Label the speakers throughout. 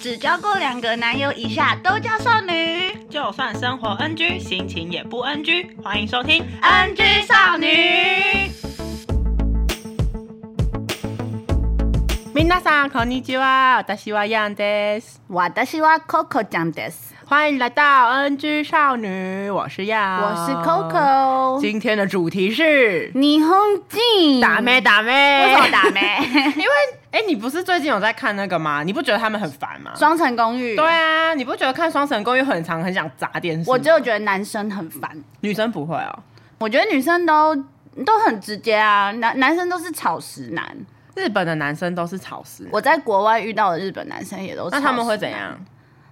Speaker 1: 只交过两个男友以下都叫少女
Speaker 2: 就算生活 NG，心情也不 NG。欢迎收听，
Speaker 1: ，NG 少女。
Speaker 2: 皆さんこんにちは，私はヤンです。
Speaker 1: 我的希望 Coco 讲的是，
Speaker 2: 欢迎来到 NG 少女，我是亚，
Speaker 1: 我是 Coco。
Speaker 2: 啊今天的主题是
Speaker 1: 霓虹镜
Speaker 2: 打妹？打妹，
Speaker 1: 为什么打？妹？
Speaker 2: 因为哎，你不是最近有在看那个吗？你不觉得他们很烦吗？
Speaker 1: 双层公寓。
Speaker 2: 对，啊，你不觉得看《双城公寓》很长，很想砸电视？
Speaker 1: 我就觉得男生很烦，
Speaker 2: 女生不会哦。
Speaker 1: 我觉得女生都都很直接啊，男男生都是草食男。
Speaker 2: 日本的男生都是草食，
Speaker 1: 我在国外遇到的日本男生也都是，
Speaker 2: 那他们会怎？样？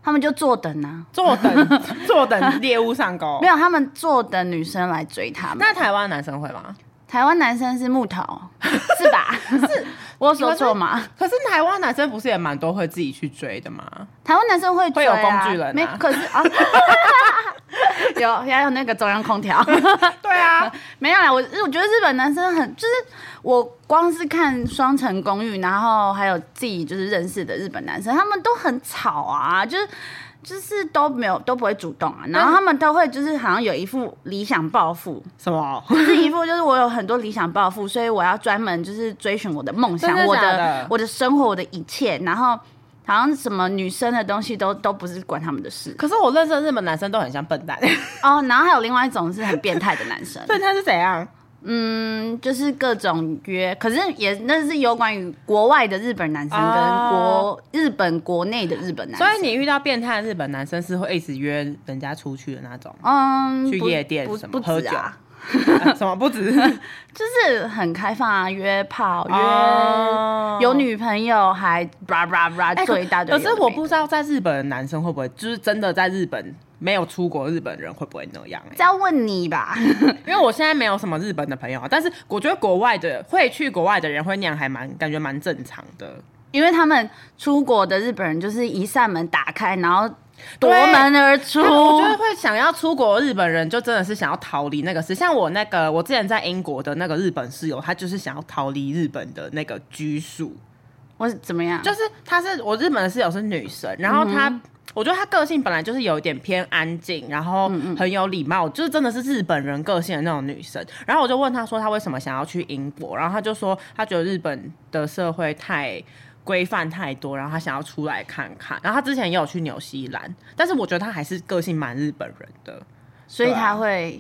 Speaker 1: 他们就坐等啊，
Speaker 2: 坐等 坐等猎物上钩
Speaker 1: 没。有，他们坐等女生来追他们。
Speaker 2: 那台湾男生会吗？
Speaker 1: 台湾男生是木 头，是吧？是，我有说错吗？
Speaker 2: 可是台湾男生不是也蛮多会自己去追的吗？
Speaker 1: 台湾男生会、啊、
Speaker 2: 会有工具人啊
Speaker 1: 没？可是啊，有还有那个中央空 调，
Speaker 2: 对啊，
Speaker 1: 没有啦。我我觉得日本男生很，就是我光是看《双层公寓》，然后还有自己就是认识的日本男生，他们都很吵啊，就是。就是都没有都不会主动啊，然后他们都会就是好像有一副理想抱负，
Speaker 2: 什么？
Speaker 1: 就是一副就是我有很多理想抱负，所以我要专门就是追寻我的梦想，
Speaker 2: 真的
Speaker 1: 我
Speaker 2: 假的
Speaker 1: 我的生活，我的一切，然后好像什么女生的东西都都不是管他们的 事
Speaker 2: 可是我认识的日本男生都很像笨 蛋，
Speaker 1: 哦。然后还有另外一种是很变态的男生，
Speaker 2: 笨蛋是怎样？
Speaker 1: 嗯，就是各种约，可是也那是有关于国外的日本男生跟国、
Speaker 2: 哦
Speaker 1: 日本国内的日本男
Speaker 2: 所
Speaker 1: 生。
Speaker 2: 以你遇到变态的日本男生是会一直约人家出去的那 种，
Speaker 1: 嗯，
Speaker 2: 去
Speaker 1: 不
Speaker 2: 夜店
Speaker 1: 不
Speaker 2: 什
Speaker 1: 不
Speaker 2: 么
Speaker 1: 止
Speaker 2: 喝酒
Speaker 1: 啊，
Speaker 2: 啊什么不 止
Speaker 1: 就是很开放啊，约炮约、
Speaker 2: 哦
Speaker 1: 有女朋友还 bra bra bra
Speaker 2: 哎
Speaker 1: 做一大堆有
Speaker 2: 可
Speaker 1: 的没
Speaker 2: 是
Speaker 1: 的。
Speaker 2: 我不知道在日本的男生会不会，就是真的在日本没有出国的日本人会不会那样、欸？
Speaker 1: 再问你吧，
Speaker 2: 因为我现在没有什么日本的朋友啊，但是我觉得国外的会去国外的人会那样，还蛮感觉蛮正常的。
Speaker 1: 因为他们出国的日本人就是一扇门打开，然后夺
Speaker 2: 对
Speaker 1: 门而出。
Speaker 2: 我觉得会想要出国，日本人就真的是想要逃离那个事。像我那个，我之前在英国的那个日本室友，他就是想要逃离日本的那个拘束，
Speaker 1: 我怎么样？
Speaker 2: 就是她是我日本的室友是女生，然后她。我觉得她个性本来就是有一点偏安静，然后很有礼貌，就是真的是日本人个性的那种女生。然后我就问她说她为什么想要去英国，然后她就说她觉得日本的社会太规范太多，然后她想要出来看看。然后她之前也有去纽西兰，但是我觉得她还是个性蛮日本人的。
Speaker 1: 所以
Speaker 2: 对啊
Speaker 1: 他会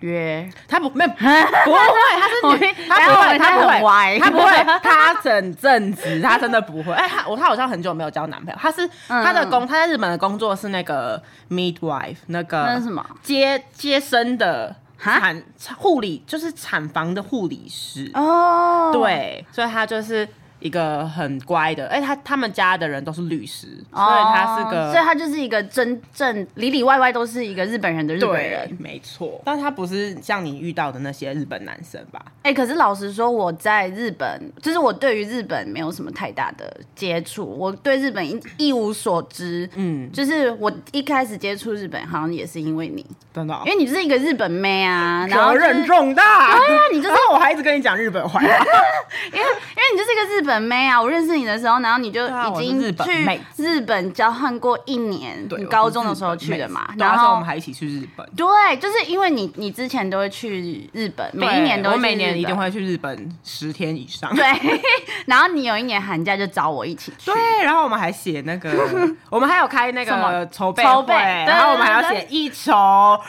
Speaker 1: 约。
Speaker 2: 她不没有不
Speaker 1: 哦
Speaker 2: 会，她 是女，她不会，她不
Speaker 1: 很
Speaker 2: 会，
Speaker 1: 歪，
Speaker 2: 她不会，她整正直，她真的 不会。哎、她我她好像很久没有交男朋友，她是
Speaker 1: 嗯
Speaker 2: 她的工，她在日本的工作是那个 midwife，
Speaker 1: 那
Speaker 2: 那个
Speaker 1: 是什么？
Speaker 2: 接接生的
Speaker 1: 哈
Speaker 2: 产护理，就是产房的护理师。
Speaker 1: 哦，，
Speaker 2: 对，所以她就是一个很乖的，哎、她他们家的人都是律师，所以她是个。
Speaker 1: 哦所以他就是一个真正里里外外都是一个日本人的日本
Speaker 2: 对
Speaker 1: 人。，
Speaker 2: 没错，但她不是像你遇到的那些日本男生吧？
Speaker 1: 哎、可是老实说，我在日本，就是我对于日本没有什么太大的接触，我对日本一一无所知。嗯，就是我一开始接触日本，好像也是因为你，
Speaker 2: 真的哦、
Speaker 1: 因为你就是一个日本妹啊，然后、
Speaker 2: 责
Speaker 1: 就是、
Speaker 2: 任重大。
Speaker 1: 对啊你 就是
Speaker 2: 然后我还一直跟你讲日本话，
Speaker 1: 因为你就是一个日本妹啊，我认识你的时候，然后你就
Speaker 2: 对啊
Speaker 1: 已
Speaker 2: 我是
Speaker 1: 经
Speaker 2: 日本妹
Speaker 1: 去日本交换过一年，
Speaker 2: 对
Speaker 1: 你高中的时候去的嘛，
Speaker 2: 然
Speaker 1: 然
Speaker 2: 后我
Speaker 1: 后
Speaker 2: 们。还一起去日本，
Speaker 1: 对，就是因为你，你之前都会去日本，每一年都会
Speaker 2: 对我
Speaker 1: 去
Speaker 2: 每年
Speaker 1: 日
Speaker 2: 一定
Speaker 1: 本
Speaker 2: 会去日本十天以上。
Speaker 1: 对。 然后你有一年寒假就找我一起去，
Speaker 2: 对，然后我们还写 那个，我们还有开那
Speaker 1: 什
Speaker 2: 个
Speaker 1: 么
Speaker 2: 筹备
Speaker 1: 筹
Speaker 2: 会，
Speaker 1: 备对
Speaker 2: 然后我们还要
Speaker 1: 对
Speaker 2: 写一筹，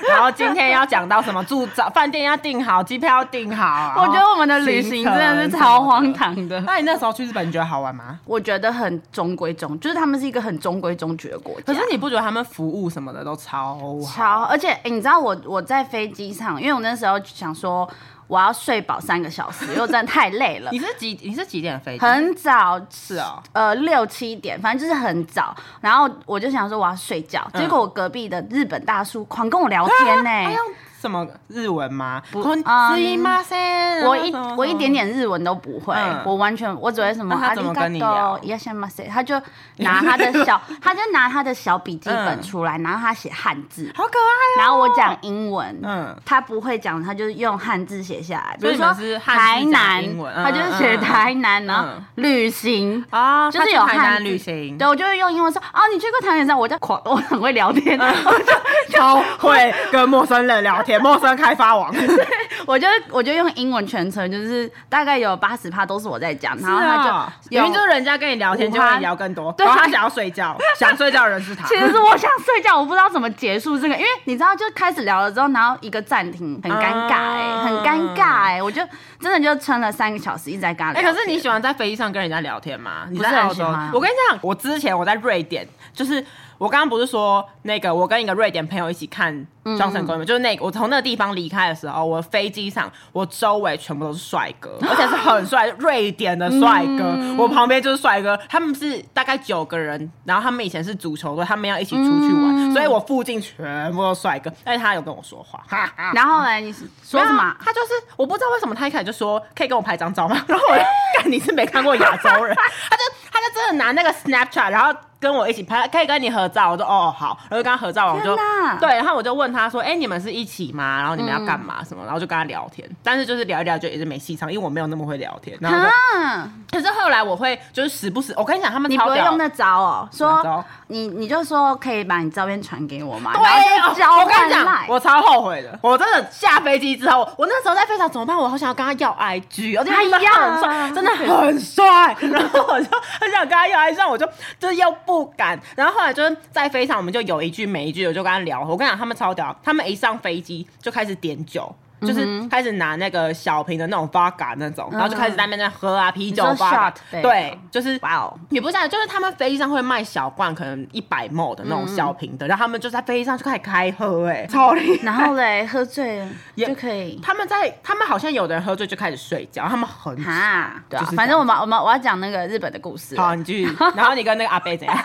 Speaker 2: 然后今天要讲到什么住找饭店要订好，机票要订好。
Speaker 1: 我觉得我们的旅行真的是超荒。唐的。
Speaker 2: 那你那时候去日本，你觉得 好玩吗？
Speaker 1: 我觉得很中规中，就是他们是一个很中规中矩的国家。
Speaker 2: 可是你不觉得他们服务什么的都超好？
Speaker 1: 超，而且、诶你知道我我在飞机上，因为我那时候想说我要睡饱三个小时，因为我真的太累了
Speaker 2: 你。是几你是几点飞机？
Speaker 1: 很早
Speaker 2: 是哦，
Speaker 1: 呃六七点，反正就是很早。然后我就想说我要睡觉，
Speaker 2: 嗯啊哎
Speaker 1: 结果我隔壁的日本大叔狂跟我聊天呢、
Speaker 2: 他用什么日文吗？
Speaker 1: 哎不
Speaker 2: こん
Speaker 1: 嗯
Speaker 2: にちは先
Speaker 1: 我一
Speaker 2: 然后什么
Speaker 1: 我一点点日文都不会，
Speaker 2: 嗯
Speaker 1: 我完全我只会什么
Speaker 2: 那他
Speaker 1: 阿
Speaker 2: 怎
Speaker 1: 里
Speaker 2: 么
Speaker 1: 嘎
Speaker 2: 跟你聊
Speaker 1: 多伊亚西马塞，他就拿他的 小，他就拿他的小笔记本
Speaker 2: 嗯
Speaker 1: 出来，然后他写汉字，
Speaker 2: 好可爱
Speaker 1: 然后我讲英文，
Speaker 2: 嗯
Speaker 1: 他不会讲，他就是用汉字写下来，比
Speaker 2: 所以
Speaker 1: 如
Speaker 2: 你们
Speaker 1: 说
Speaker 2: 是汉
Speaker 1: 台
Speaker 2: 字讲
Speaker 1: 南
Speaker 2: 英文，嗯
Speaker 1: 他就是写
Speaker 2: 嗯嗯
Speaker 1: 台南，然后
Speaker 2: 嗯
Speaker 1: 旅行。
Speaker 2: 啊！
Speaker 1: 就是
Speaker 2: 他去
Speaker 1: 有
Speaker 2: 台
Speaker 1: 汉
Speaker 2: 南
Speaker 1: 字
Speaker 2: 旅行，
Speaker 1: 对，我就会用英文说哦，你去过台南山，我叫狂， 我很会聊天，
Speaker 2: 嗯
Speaker 1: 我就
Speaker 2: 超会跟陌生人聊天，陌生开发网。
Speaker 1: 我就我就用英文全程，就是大概有八十趴都是我在 讲，然后他就
Speaker 2: 因
Speaker 1: 有
Speaker 2: 为啊就是人家跟你聊天
Speaker 1: 五
Speaker 2: 就会
Speaker 1: 趴
Speaker 2: 聊更多，
Speaker 1: 对
Speaker 2: 然后他想要睡觉，想睡觉的人是 他
Speaker 1: 其。实是我想睡觉，我不知道怎么结束这个，因为你知道，就开始聊了之后，然后一个暂停，很尴尬哎、
Speaker 2: 啊
Speaker 1: 很尴尬哎、我就真的就撑了三个小时一直在跟他聊
Speaker 2: 哎、
Speaker 1: 天。
Speaker 2: 可是你喜欢在飞机上跟人家聊天吗？你
Speaker 1: 不是
Speaker 2: 在
Speaker 1: 很
Speaker 2: 澳
Speaker 1: 喜
Speaker 2: 洲
Speaker 1: 欢啊，
Speaker 2: 我跟你讲，我之前我在瑞典，就是我刚刚不是说那个，我跟一个瑞典朋友一起看《双城公
Speaker 1: 嗯
Speaker 2: 寓》吗？就是那个我从那个地方离开的时候，我飞机上我周围全部都是帅哥，
Speaker 1: 嗯
Speaker 2: 而且是很帅，瑞典的帅哥，我旁边就是帅哥，他们是大概九个人，然后他们以前是足球队，他们要一起出去玩，
Speaker 1: 嗯
Speaker 2: 所以我附近全部都帅哥，而且他有跟我说话，哈哈。
Speaker 1: 然后呢，你说什么
Speaker 2: 没有
Speaker 1: 啊？
Speaker 2: 他就是我不知道为什么他一开始就说可以跟我拍张照吗？ 然后我就干你是没看过亚洲人， 他就他就真的拿那个 Snapchat，然后跟我一起拍，可以跟你合照。我说哦好，然后就跟他合照完，我就嗯
Speaker 1: 天哪
Speaker 2: 对，然后我就问他说，哎、你们是一起吗？然后你们要干嘛什么？然后就跟他聊天，但是就是聊一聊就也是没戏唱，因为我没有那么会聊天。然后就
Speaker 1: 啊，
Speaker 2: 可是后来我会就是时不时，我跟你讲他们
Speaker 1: 你
Speaker 2: 超
Speaker 1: 不会
Speaker 2: 屌
Speaker 1: 用那招哦，
Speaker 2: 哪
Speaker 1: 说
Speaker 2: 招
Speaker 1: 你你就说可以把你照片传给我嘛，
Speaker 2: 对
Speaker 1: 然后就
Speaker 2: 哦
Speaker 1: 交
Speaker 2: 我跟
Speaker 1: 换
Speaker 2: 你讲
Speaker 1: 赖，。
Speaker 2: 我超后悔的。我真的下飞机之后，我那时候在飞机上怎么办？我好想要跟他要 IG，而且他真的很
Speaker 1: 哎
Speaker 2: 帅，
Speaker 1: 呀
Speaker 2: 真的很帅。 然后我就很想跟他要 IG，但我就就是又不敢。然后后来就是在飞机上，我们就有一句没一句，我就跟他聊。我跟你讲，他们超屌，他们一上飞机就开始点酒。就是开始拿那个小瓶的那种 vodka 那种，然后就开始在那边喝啊，啤酒
Speaker 1: 你说
Speaker 2: vodka，
Speaker 1: shot 杯
Speaker 2: 对，就是
Speaker 1: 哇哦，
Speaker 2: 也不是、啊，就是他们飞机上会卖小罐，可能一百 ml 的那
Speaker 1: 嗯
Speaker 2: 种小瓶的，然后他们就在飞机上就开始开喝、哎，超厉害。
Speaker 1: 然后嘞，喝醉了
Speaker 2: 也
Speaker 1: 就可 以。
Speaker 2: 他们在，他们好像有的人喝醉就开始睡觉，他们很
Speaker 1: 哈，对
Speaker 2: 就
Speaker 1: 啊
Speaker 2: 是这，样
Speaker 1: 反正我们我们我要讲那个日本的故事了。
Speaker 2: 好，你 继续。然后你跟那个阿贝怎样？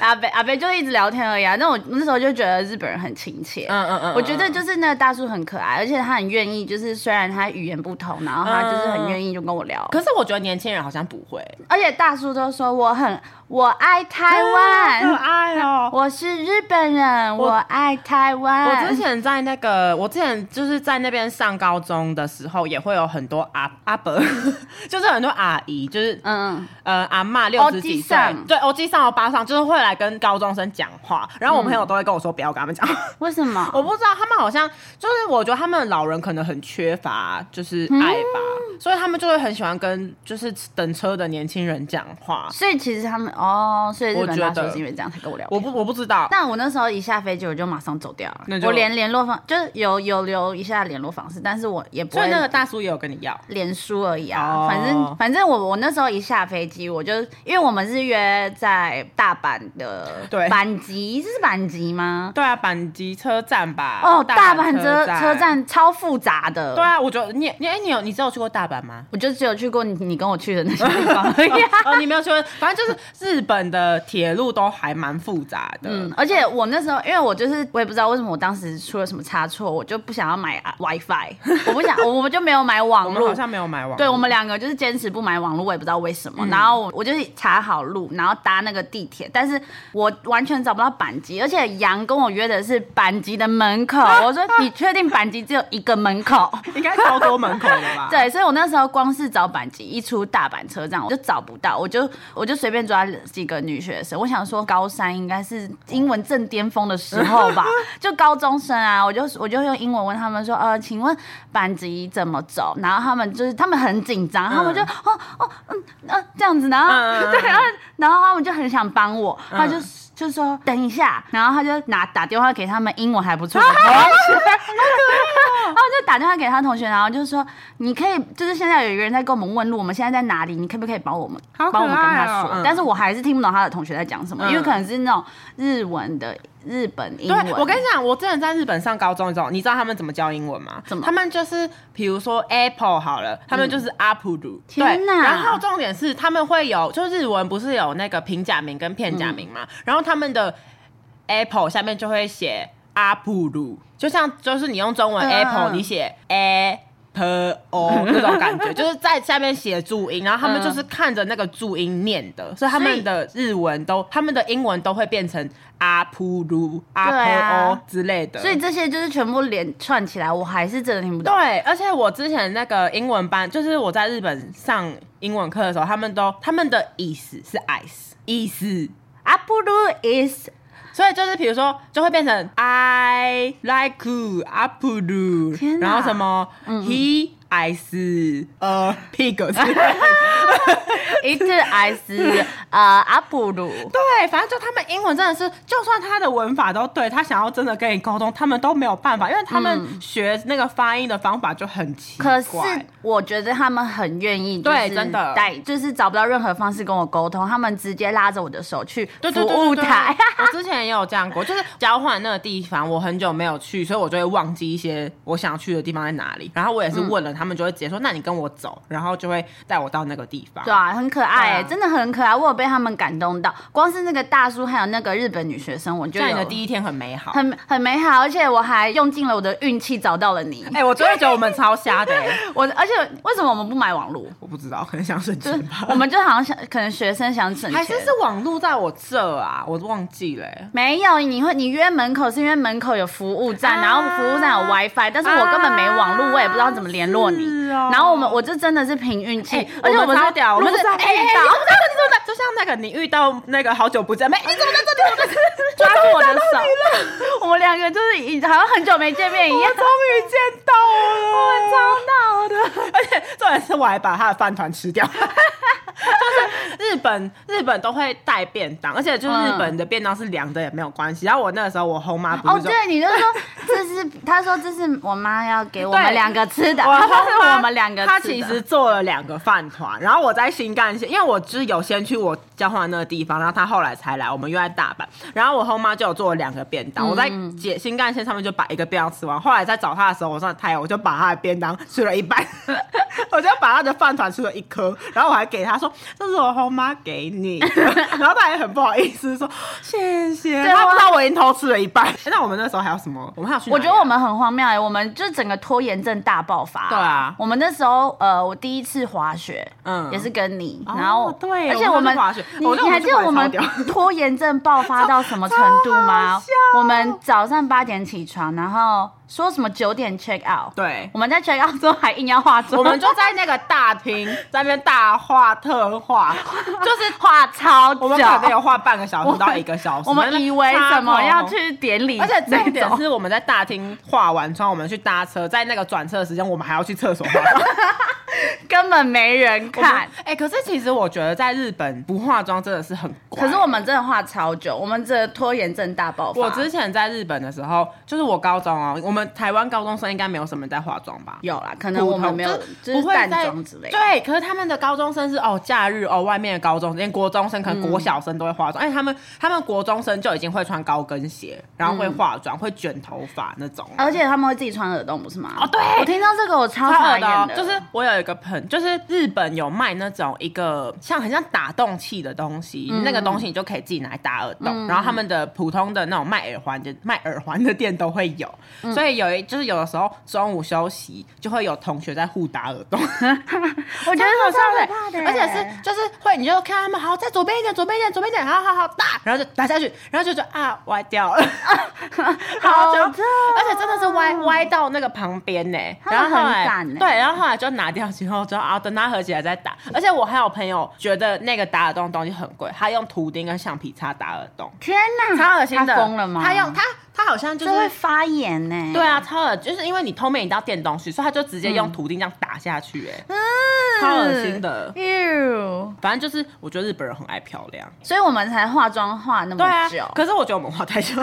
Speaker 1: 阿北阿北就一直聊天而已啊。那我那时候就觉得日本人很亲切，
Speaker 2: 嗯嗯嗯
Speaker 1: 我觉得就是那个大叔很可爱，而且他很愿意，就是虽然他语言不通，然后他就是
Speaker 2: 嗯
Speaker 1: 很愿意就跟我聊。
Speaker 2: 可是我觉得年轻人好像不会，
Speaker 1: 而且大叔都说我很我爱台湾，
Speaker 2: 啊可爱哦、
Speaker 1: 我是日本人，我爱台
Speaker 2: 我
Speaker 1: 湾
Speaker 2: 之。前在那个，我之前就是在那边上高中的时候，也会有很多阿阿伯， 就是很多阿姨，就是
Speaker 1: 嗯，
Speaker 2: 呃阿嬷六十几岁
Speaker 1: 欧吉桑，
Speaker 2: 对，欧基上欧巴上，就是会来跟高中生讲话，然后我朋友都会跟我说不要跟他们讲。
Speaker 1: 为什么？
Speaker 2: 我不知道他们好像就是，我觉得他们老人可能很缺乏就是
Speaker 1: 嗯
Speaker 2: 爱吧，所以他们就会很喜欢跟就是等车的年轻人讲话。
Speaker 1: 所以其实他们哦，所以日
Speaker 2: 我
Speaker 1: 本
Speaker 2: 觉
Speaker 1: 大
Speaker 2: 得
Speaker 1: 叔是因为这样才跟我聊天。
Speaker 2: 我不我不知道，
Speaker 1: 但我那时候一下飞机，我就马上走掉了
Speaker 2: 那。就
Speaker 1: 我连联络方就是有有留一下联络方式，但是我也不
Speaker 2: 所
Speaker 1: 会
Speaker 2: 以那个大叔也有跟你要，
Speaker 1: 脸书而已啊，
Speaker 2: 哦
Speaker 1: 反正反正我我那时候一下飞机，我就因为我们是约在大阪的
Speaker 2: 对
Speaker 1: 阪急，这是阪急吗？
Speaker 2: 对啊，阪急车站吧？
Speaker 1: 哦，大阪
Speaker 2: 车
Speaker 1: 车车。站超复杂的，
Speaker 2: 对，啊，我觉得你你哎，你有你只有去过大阪 吗？
Speaker 1: 我就只有去过你你跟我去的那些地方而已啊、
Speaker 2: 哦，你没有去过，反正就是日本的铁路都还蛮复杂的。
Speaker 1: 嗯，而且我那时候，因为我就是我也不知道为什么我当时出了什么差错，我就不想要买啊 WiFi，我 不想，我我们就没有买
Speaker 2: 我
Speaker 1: 网
Speaker 2: 们好
Speaker 1: 络，
Speaker 2: 像没有买网。
Speaker 1: 对我们两个就是坚持不买网络，我也不知道为
Speaker 2: 嗯
Speaker 1: 什么。然后我我就是查好路，然后搭那个地铁，但是我完全找不到板机，而且杨跟我约的是板机的门 口。我说你确定板机只有一个门口？？
Speaker 2: 应该超多门口的吧
Speaker 1: 对，所以我那时候光是找板机，一出大阪车站我就找不到，我就我就随便抓几个女学生，我想说高三应该是英文正巅峰的时候 吧，就高中生啊，我就我就用英文问他们说，呃，请问板机怎么走？然后他们就是他们很紧张，他们就、哦哦嗯呃这样子，然后、
Speaker 2: 嗯嗯嗯
Speaker 1: 对，然后然后他们就很想帮我，他就。
Speaker 2: 嗯
Speaker 1: 就说等一下，然后他就拿打电话给他们英文还不 错的 同学，然后我就打电话给他同学，然后就说你可以，就是现在有一个人在跟我们问路，我们现在在哪里？你可不可以帮我们
Speaker 2: 好可爱哦
Speaker 1: 帮我们跟他说？
Speaker 2: 嗯
Speaker 1: 但是我还是听不懂他的同学在讲什么，
Speaker 2: 嗯
Speaker 1: 因为可能是那种日文的日本英文。
Speaker 2: 对，我跟你讲，我之前在日本上高中的时候，你知道他们怎么教英文吗？
Speaker 1: 怎么嗯
Speaker 2: 他们就是比如说 Apple 好了，他们就是阿普鲁。对
Speaker 1: 天，哪
Speaker 2: 然后重点是他们会有，就日文不
Speaker 1: 嗯
Speaker 2: 是有那个平假名跟片假名嘛？然后他们的 Apple 下面就会写阿普鲁，就像就是你用中文
Speaker 1: 嗯
Speaker 2: apple，、
Speaker 1: 嗯
Speaker 2: 你写 apple 那种 感觉，就是在下面写注音，然后他们
Speaker 1: 嗯
Speaker 2: 就是看着那个注音念的，所以他们的日文都，他们的英文都会变成阿普鲁、阿
Speaker 1: 对
Speaker 2: 婆
Speaker 1: 啊
Speaker 2: 之类的。
Speaker 1: 所以这些就是全部连串起来，我还是真的听不懂。
Speaker 2: 对，而且我之前那个英文班，就是我在日本上英文课的时候，他们都他们的意思是 ice 意思，
Speaker 1: 阿布鲁 is
Speaker 2: 所以就是比如说就会变成 I like you, I put you，
Speaker 1: 天哪嗯
Speaker 2: 然后什么 he ice 呃 pig 之类的
Speaker 1: it is 呃阿布鲁，
Speaker 2: 对，反正就他们英文真的是，就算他的文法都对，他想要真的跟你沟通，他们都没有办法，因为他们学那个发音的方法就很奇
Speaker 1: 嗯
Speaker 2: 怪。
Speaker 1: 可是我觉得他们很愿意，
Speaker 2: 对
Speaker 1: 就是
Speaker 2: 真的
Speaker 1: 带，就是找不到任何方式跟我沟通，他们直接拉着我的手去
Speaker 2: 对
Speaker 1: 服
Speaker 2: 对对
Speaker 1: 务
Speaker 2: 对对
Speaker 1: 台。
Speaker 2: 我之前也有这样过，就是交换那个地方，我很久没有去，所以我就会忘记一些我想去的地方在哪里。然后我也是问了，他们就会直接说：“那你跟我走。”然后就会带我到那个地方。
Speaker 1: 对啊，很可爱、
Speaker 2: 对啊
Speaker 1: 欸，真的很可爱。我有被他们感动到，光是那个大叔还有那个日本女学生，我就
Speaker 2: 就你的
Speaker 1: 有
Speaker 2: 第一天很美好。
Speaker 1: 很很美好，而且我还用尽了我的运气找到了你。
Speaker 2: 哎、我真的觉得我们超瞎的、欸，
Speaker 1: 我而且为什么我们不买网络？
Speaker 2: 我不知道，很想省
Speaker 1: 就
Speaker 2: 钱
Speaker 1: 是
Speaker 2: 吧？
Speaker 1: 我们就好像想，可能学生想省钱，
Speaker 2: 还是是网路在我这啊？我忘记了、欸。
Speaker 1: 没有？你会你约门口是因为门口有服务站，
Speaker 2: 啊
Speaker 1: 然后服务站有 WiFi，但是我根本没网络，
Speaker 2: 啊
Speaker 1: 我也不知道怎么联络你。
Speaker 2: 是哦
Speaker 1: 然后我们我就真的是凭运气
Speaker 2: 哎，
Speaker 1: 而且
Speaker 2: 我们
Speaker 1: 是
Speaker 2: 超屌，我们
Speaker 1: 路
Speaker 2: 是
Speaker 1: 上
Speaker 2: 哎
Speaker 1: 遇
Speaker 2: 哎
Speaker 1: 到
Speaker 2: 你怎么知道？你怎么知道？就像那个你遇到那个好久不见，没？你怎么在这里？我在这里
Speaker 1: 抓住我的手， 我们两个就是已好像很久没见面一样
Speaker 2: 我。终于见到了，我超闹的，而且重点是我还把他的饭团吃掉。就是日本，日本都会带便当，而且就是日本的便当是凉的也没有关系。然后我那个时候我后妈不
Speaker 1: 哦，
Speaker 2: 是就、
Speaker 1: 对，你就说这是，他说这是我妈要给我们
Speaker 2: 对
Speaker 1: 两个吃的，
Speaker 2: 我
Speaker 1: 他说
Speaker 2: 后妈
Speaker 1: 是我们两个吃的。
Speaker 2: 她其实做了两个饭团。然后我在新干线，因为我就是有先去我交换的那个地方，然后她后来才来，我们又在大阪。然后我后妈就有做了两个便当，我在
Speaker 1: 嗯
Speaker 2: 解新干线上面就把一个便当吃完。后来在找她的时候，我上台，我就把她的便当吃了一半， 我就把她的饭团吃了一颗，然后我还给她说：“这是我后妈给你。” 然后她也很不好意思说：“谢谢。”
Speaker 1: 对
Speaker 2: 她不
Speaker 1: 我
Speaker 2: 知道我已经偷吃了一半。哎那我们那时候还有什么？我们还有去哪
Speaker 1: 我
Speaker 2: 里啊？
Speaker 1: 觉得我们很荒谬哎、我们就整个拖延症大爆发。
Speaker 2: 对啊
Speaker 1: 我们那时候呃，我第一次滑雪，
Speaker 2: 嗯
Speaker 1: 嗯，也是跟你，
Speaker 2: 哦
Speaker 1: 然后
Speaker 2: 对
Speaker 1: 而且
Speaker 2: 我
Speaker 1: 我
Speaker 2: 们
Speaker 1: 们
Speaker 2: 去滑雪哦
Speaker 1: 你
Speaker 2: 我觉得
Speaker 1: 你还
Speaker 2: 我们
Speaker 1: 记得
Speaker 2: 去
Speaker 1: 我们
Speaker 2: 滑 雪
Speaker 1: 拖延症爆发到什么程度
Speaker 2: 超好
Speaker 1: 吗
Speaker 2: 笑？
Speaker 1: 我们早上八点起床，然后说什么九点 check out，
Speaker 2: 对
Speaker 1: 我们在 check out 之后还硬要化妆，
Speaker 2: 我们就在那个 大厅在那边大画特画，
Speaker 1: 就是化超久，
Speaker 2: 我们可能有画半个小时到一个小时。
Speaker 1: 我们以为哦什么要
Speaker 2: 那边
Speaker 1: 去典礼
Speaker 2: 擦口红？
Speaker 1: 那
Speaker 2: 而
Speaker 1: 种，
Speaker 2: 且重点是我们在大厅画完妆，我们去搭车，在那个转车的时间，我们还要去厕所化妆。
Speaker 1: 根本没人
Speaker 2: 我 们
Speaker 1: 看。
Speaker 2: 哎、可是其实我觉得在日本不化妆真的是很怪。
Speaker 1: 可是我们真的画超久，我们这拖延症大爆发。
Speaker 2: 我之前在日本的时候，就是我高中哦，我们台湾高中生应该没有什么在化妆吧？
Speaker 1: 有啦，可
Speaker 2: 普
Speaker 1: 能
Speaker 2: 通
Speaker 1: 我们没有，
Speaker 2: 就
Speaker 1: 就是是
Speaker 2: 不会
Speaker 1: 淡
Speaker 2: 在
Speaker 1: 妆之类的。
Speaker 2: 对，可是他们的高中生是哦，假日哦，外面的高中连国中生，
Speaker 1: 嗯
Speaker 2: 可能国小生都会化妆，而哎且他们他们国中生就已经会穿高跟鞋，然后会
Speaker 1: 嗯
Speaker 2: 化妆，会卷头发那种。
Speaker 1: 而且他们会自己穿耳洞，不是吗？
Speaker 2: 哦对
Speaker 1: 我听到这个我超
Speaker 2: 超
Speaker 1: 傻
Speaker 2: 恶的哦
Speaker 1: 眼，的，
Speaker 2: 就是我有一个朋就是日本有卖那种一个像很像打洞器的东西，
Speaker 1: 嗯
Speaker 2: 那个东西你就可以自己拿来打耳洞，然后他们的普通的那种卖耳环的卖耳环的店都会有，
Speaker 1: 嗯
Speaker 2: 所以有一就是有的时候中午休息就会有同学在互打耳 洞，
Speaker 1: 我觉得
Speaker 2: 好
Speaker 1: 这超可
Speaker 2: 笑
Speaker 1: 怕的欸，
Speaker 2: 而且是就是会，你就看他们好，再左边一点，左边一点，左边一点，好好好打，然后就打下去，然后就就啊歪 掉了， 然后
Speaker 1: 好
Speaker 2: 就
Speaker 1: 痛哦
Speaker 2: 而且真的是歪歪到那个旁边呢、
Speaker 1: 他们
Speaker 2: 然后后来
Speaker 1: 很敢欸
Speaker 2: 对，然后后来就拿掉之后，之后啊等它合起来再打，而且我还有朋友觉得那个打耳洞的东西很贵，他用图钉跟橡皮擦打耳洞，
Speaker 1: 天哪，
Speaker 2: 超恶心的，
Speaker 1: 他疯了吗？
Speaker 2: 他用他他好像就
Speaker 1: 这会
Speaker 2: 是。
Speaker 1: 发炎呢、
Speaker 2: 对，啊，超恶，就是因为你偷面饮到电东西，所以他就直接用图钉这样打下去、欸，
Speaker 1: 嗯
Speaker 2: 哎、超恶心的。
Speaker 1: 哟，
Speaker 2: 反正就是，我觉得日本人很爱漂亮。啊
Speaker 1: 所以我们才化妆化那么久，
Speaker 2: 可是我觉得我们花太久。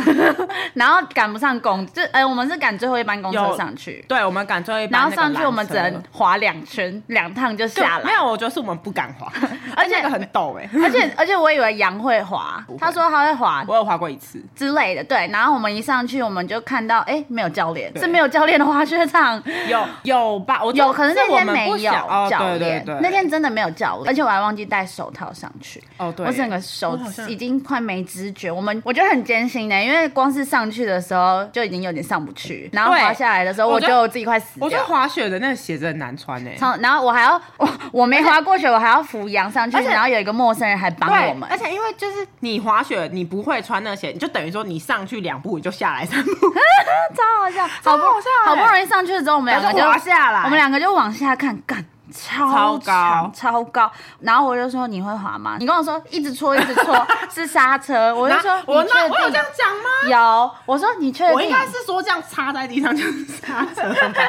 Speaker 1: 然后赶不上公，就哎、我们是赶最后一班公
Speaker 2: 有
Speaker 1: 车上去，
Speaker 2: 对，我们赶最后一
Speaker 1: 然
Speaker 2: 班
Speaker 1: 后
Speaker 2: 那个
Speaker 1: 上
Speaker 2: 缆
Speaker 1: 去
Speaker 2: 车
Speaker 1: 我们只能滑两圈，两趟就
Speaker 2: 对
Speaker 1: 下
Speaker 2: 没
Speaker 1: 来。
Speaker 2: 有，我觉得是我们不敢滑，
Speaker 1: 而且
Speaker 2: 那个很陡哎、
Speaker 1: 而且而且我以为杨会滑
Speaker 2: 不会，
Speaker 1: 他说他会滑
Speaker 2: 我有滑过一次，
Speaker 1: 之类的，对。然后我们一上去，我们就看到，哎、没有教练，
Speaker 2: 对
Speaker 1: 是没有教练的滑雪场，
Speaker 2: 有有吧？我
Speaker 1: 有可能那
Speaker 2: 是我
Speaker 1: 天
Speaker 2: 们
Speaker 1: 没
Speaker 2: 不
Speaker 1: 有
Speaker 2: 想哦，
Speaker 1: 教
Speaker 2: 对对
Speaker 1: 天，
Speaker 2: 对对
Speaker 1: 那天真的没有叫我，而且我还忘记戴手套上去。
Speaker 2: 哦，对，
Speaker 1: 我整个手
Speaker 2: 我好像
Speaker 1: 已经快没知觉，我们我觉得很艰辛呢，因为光是上去的时候就已经有点上不去，然后
Speaker 2: 对
Speaker 1: 滑下来的时候
Speaker 2: 我
Speaker 1: 我
Speaker 2: 觉
Speaker 1: 觉
Speaker 2: 得
Speaker 1: 得我自己快死
Speaker 2: 我觉得
Speaker 1: 掉。
Speaker 2: 滑雪的那个鞋子很难穿欸诶、
Speaker 1: 从然后我还要 我我没滑过雪，我还要扶羊上去，
Speaker 2: 而且
Speaker 1: 然后有一个陌生人还帮我们
Speaker 2: 而，且因为就是你滑雪，你不会穿那鞋，你就等于说你上去两步你就下来三步，
Speaker 1: 超好笑，好不
Speaker 2: 超好笑欸
Speaker 1: 好不容易上去之后，我们两个
Speaker 2: 然后
Speaker 1: 就
Speaker 2: 就滑下来
Speaker 1: 我们两个就往下看，干。超
Speaker 2: 超高
Speaker 1: 长超高，然后我就说你会滑吗？你跟我说一直搓一直 搓是刹车，我就
Speaker 2: 然后
Speaker 1: 说
Speaker 2: 我
Speaker 1: 你
Speaker 2: 那
Speaker 1: 确
Speaker 2: 我有这
Speaker 1: 定
Speaker 2: 样讲吗？
Speaker 1: 有，我说你确定，
Speaker 2: 我应该是说这样插在地上就是 刹车吧，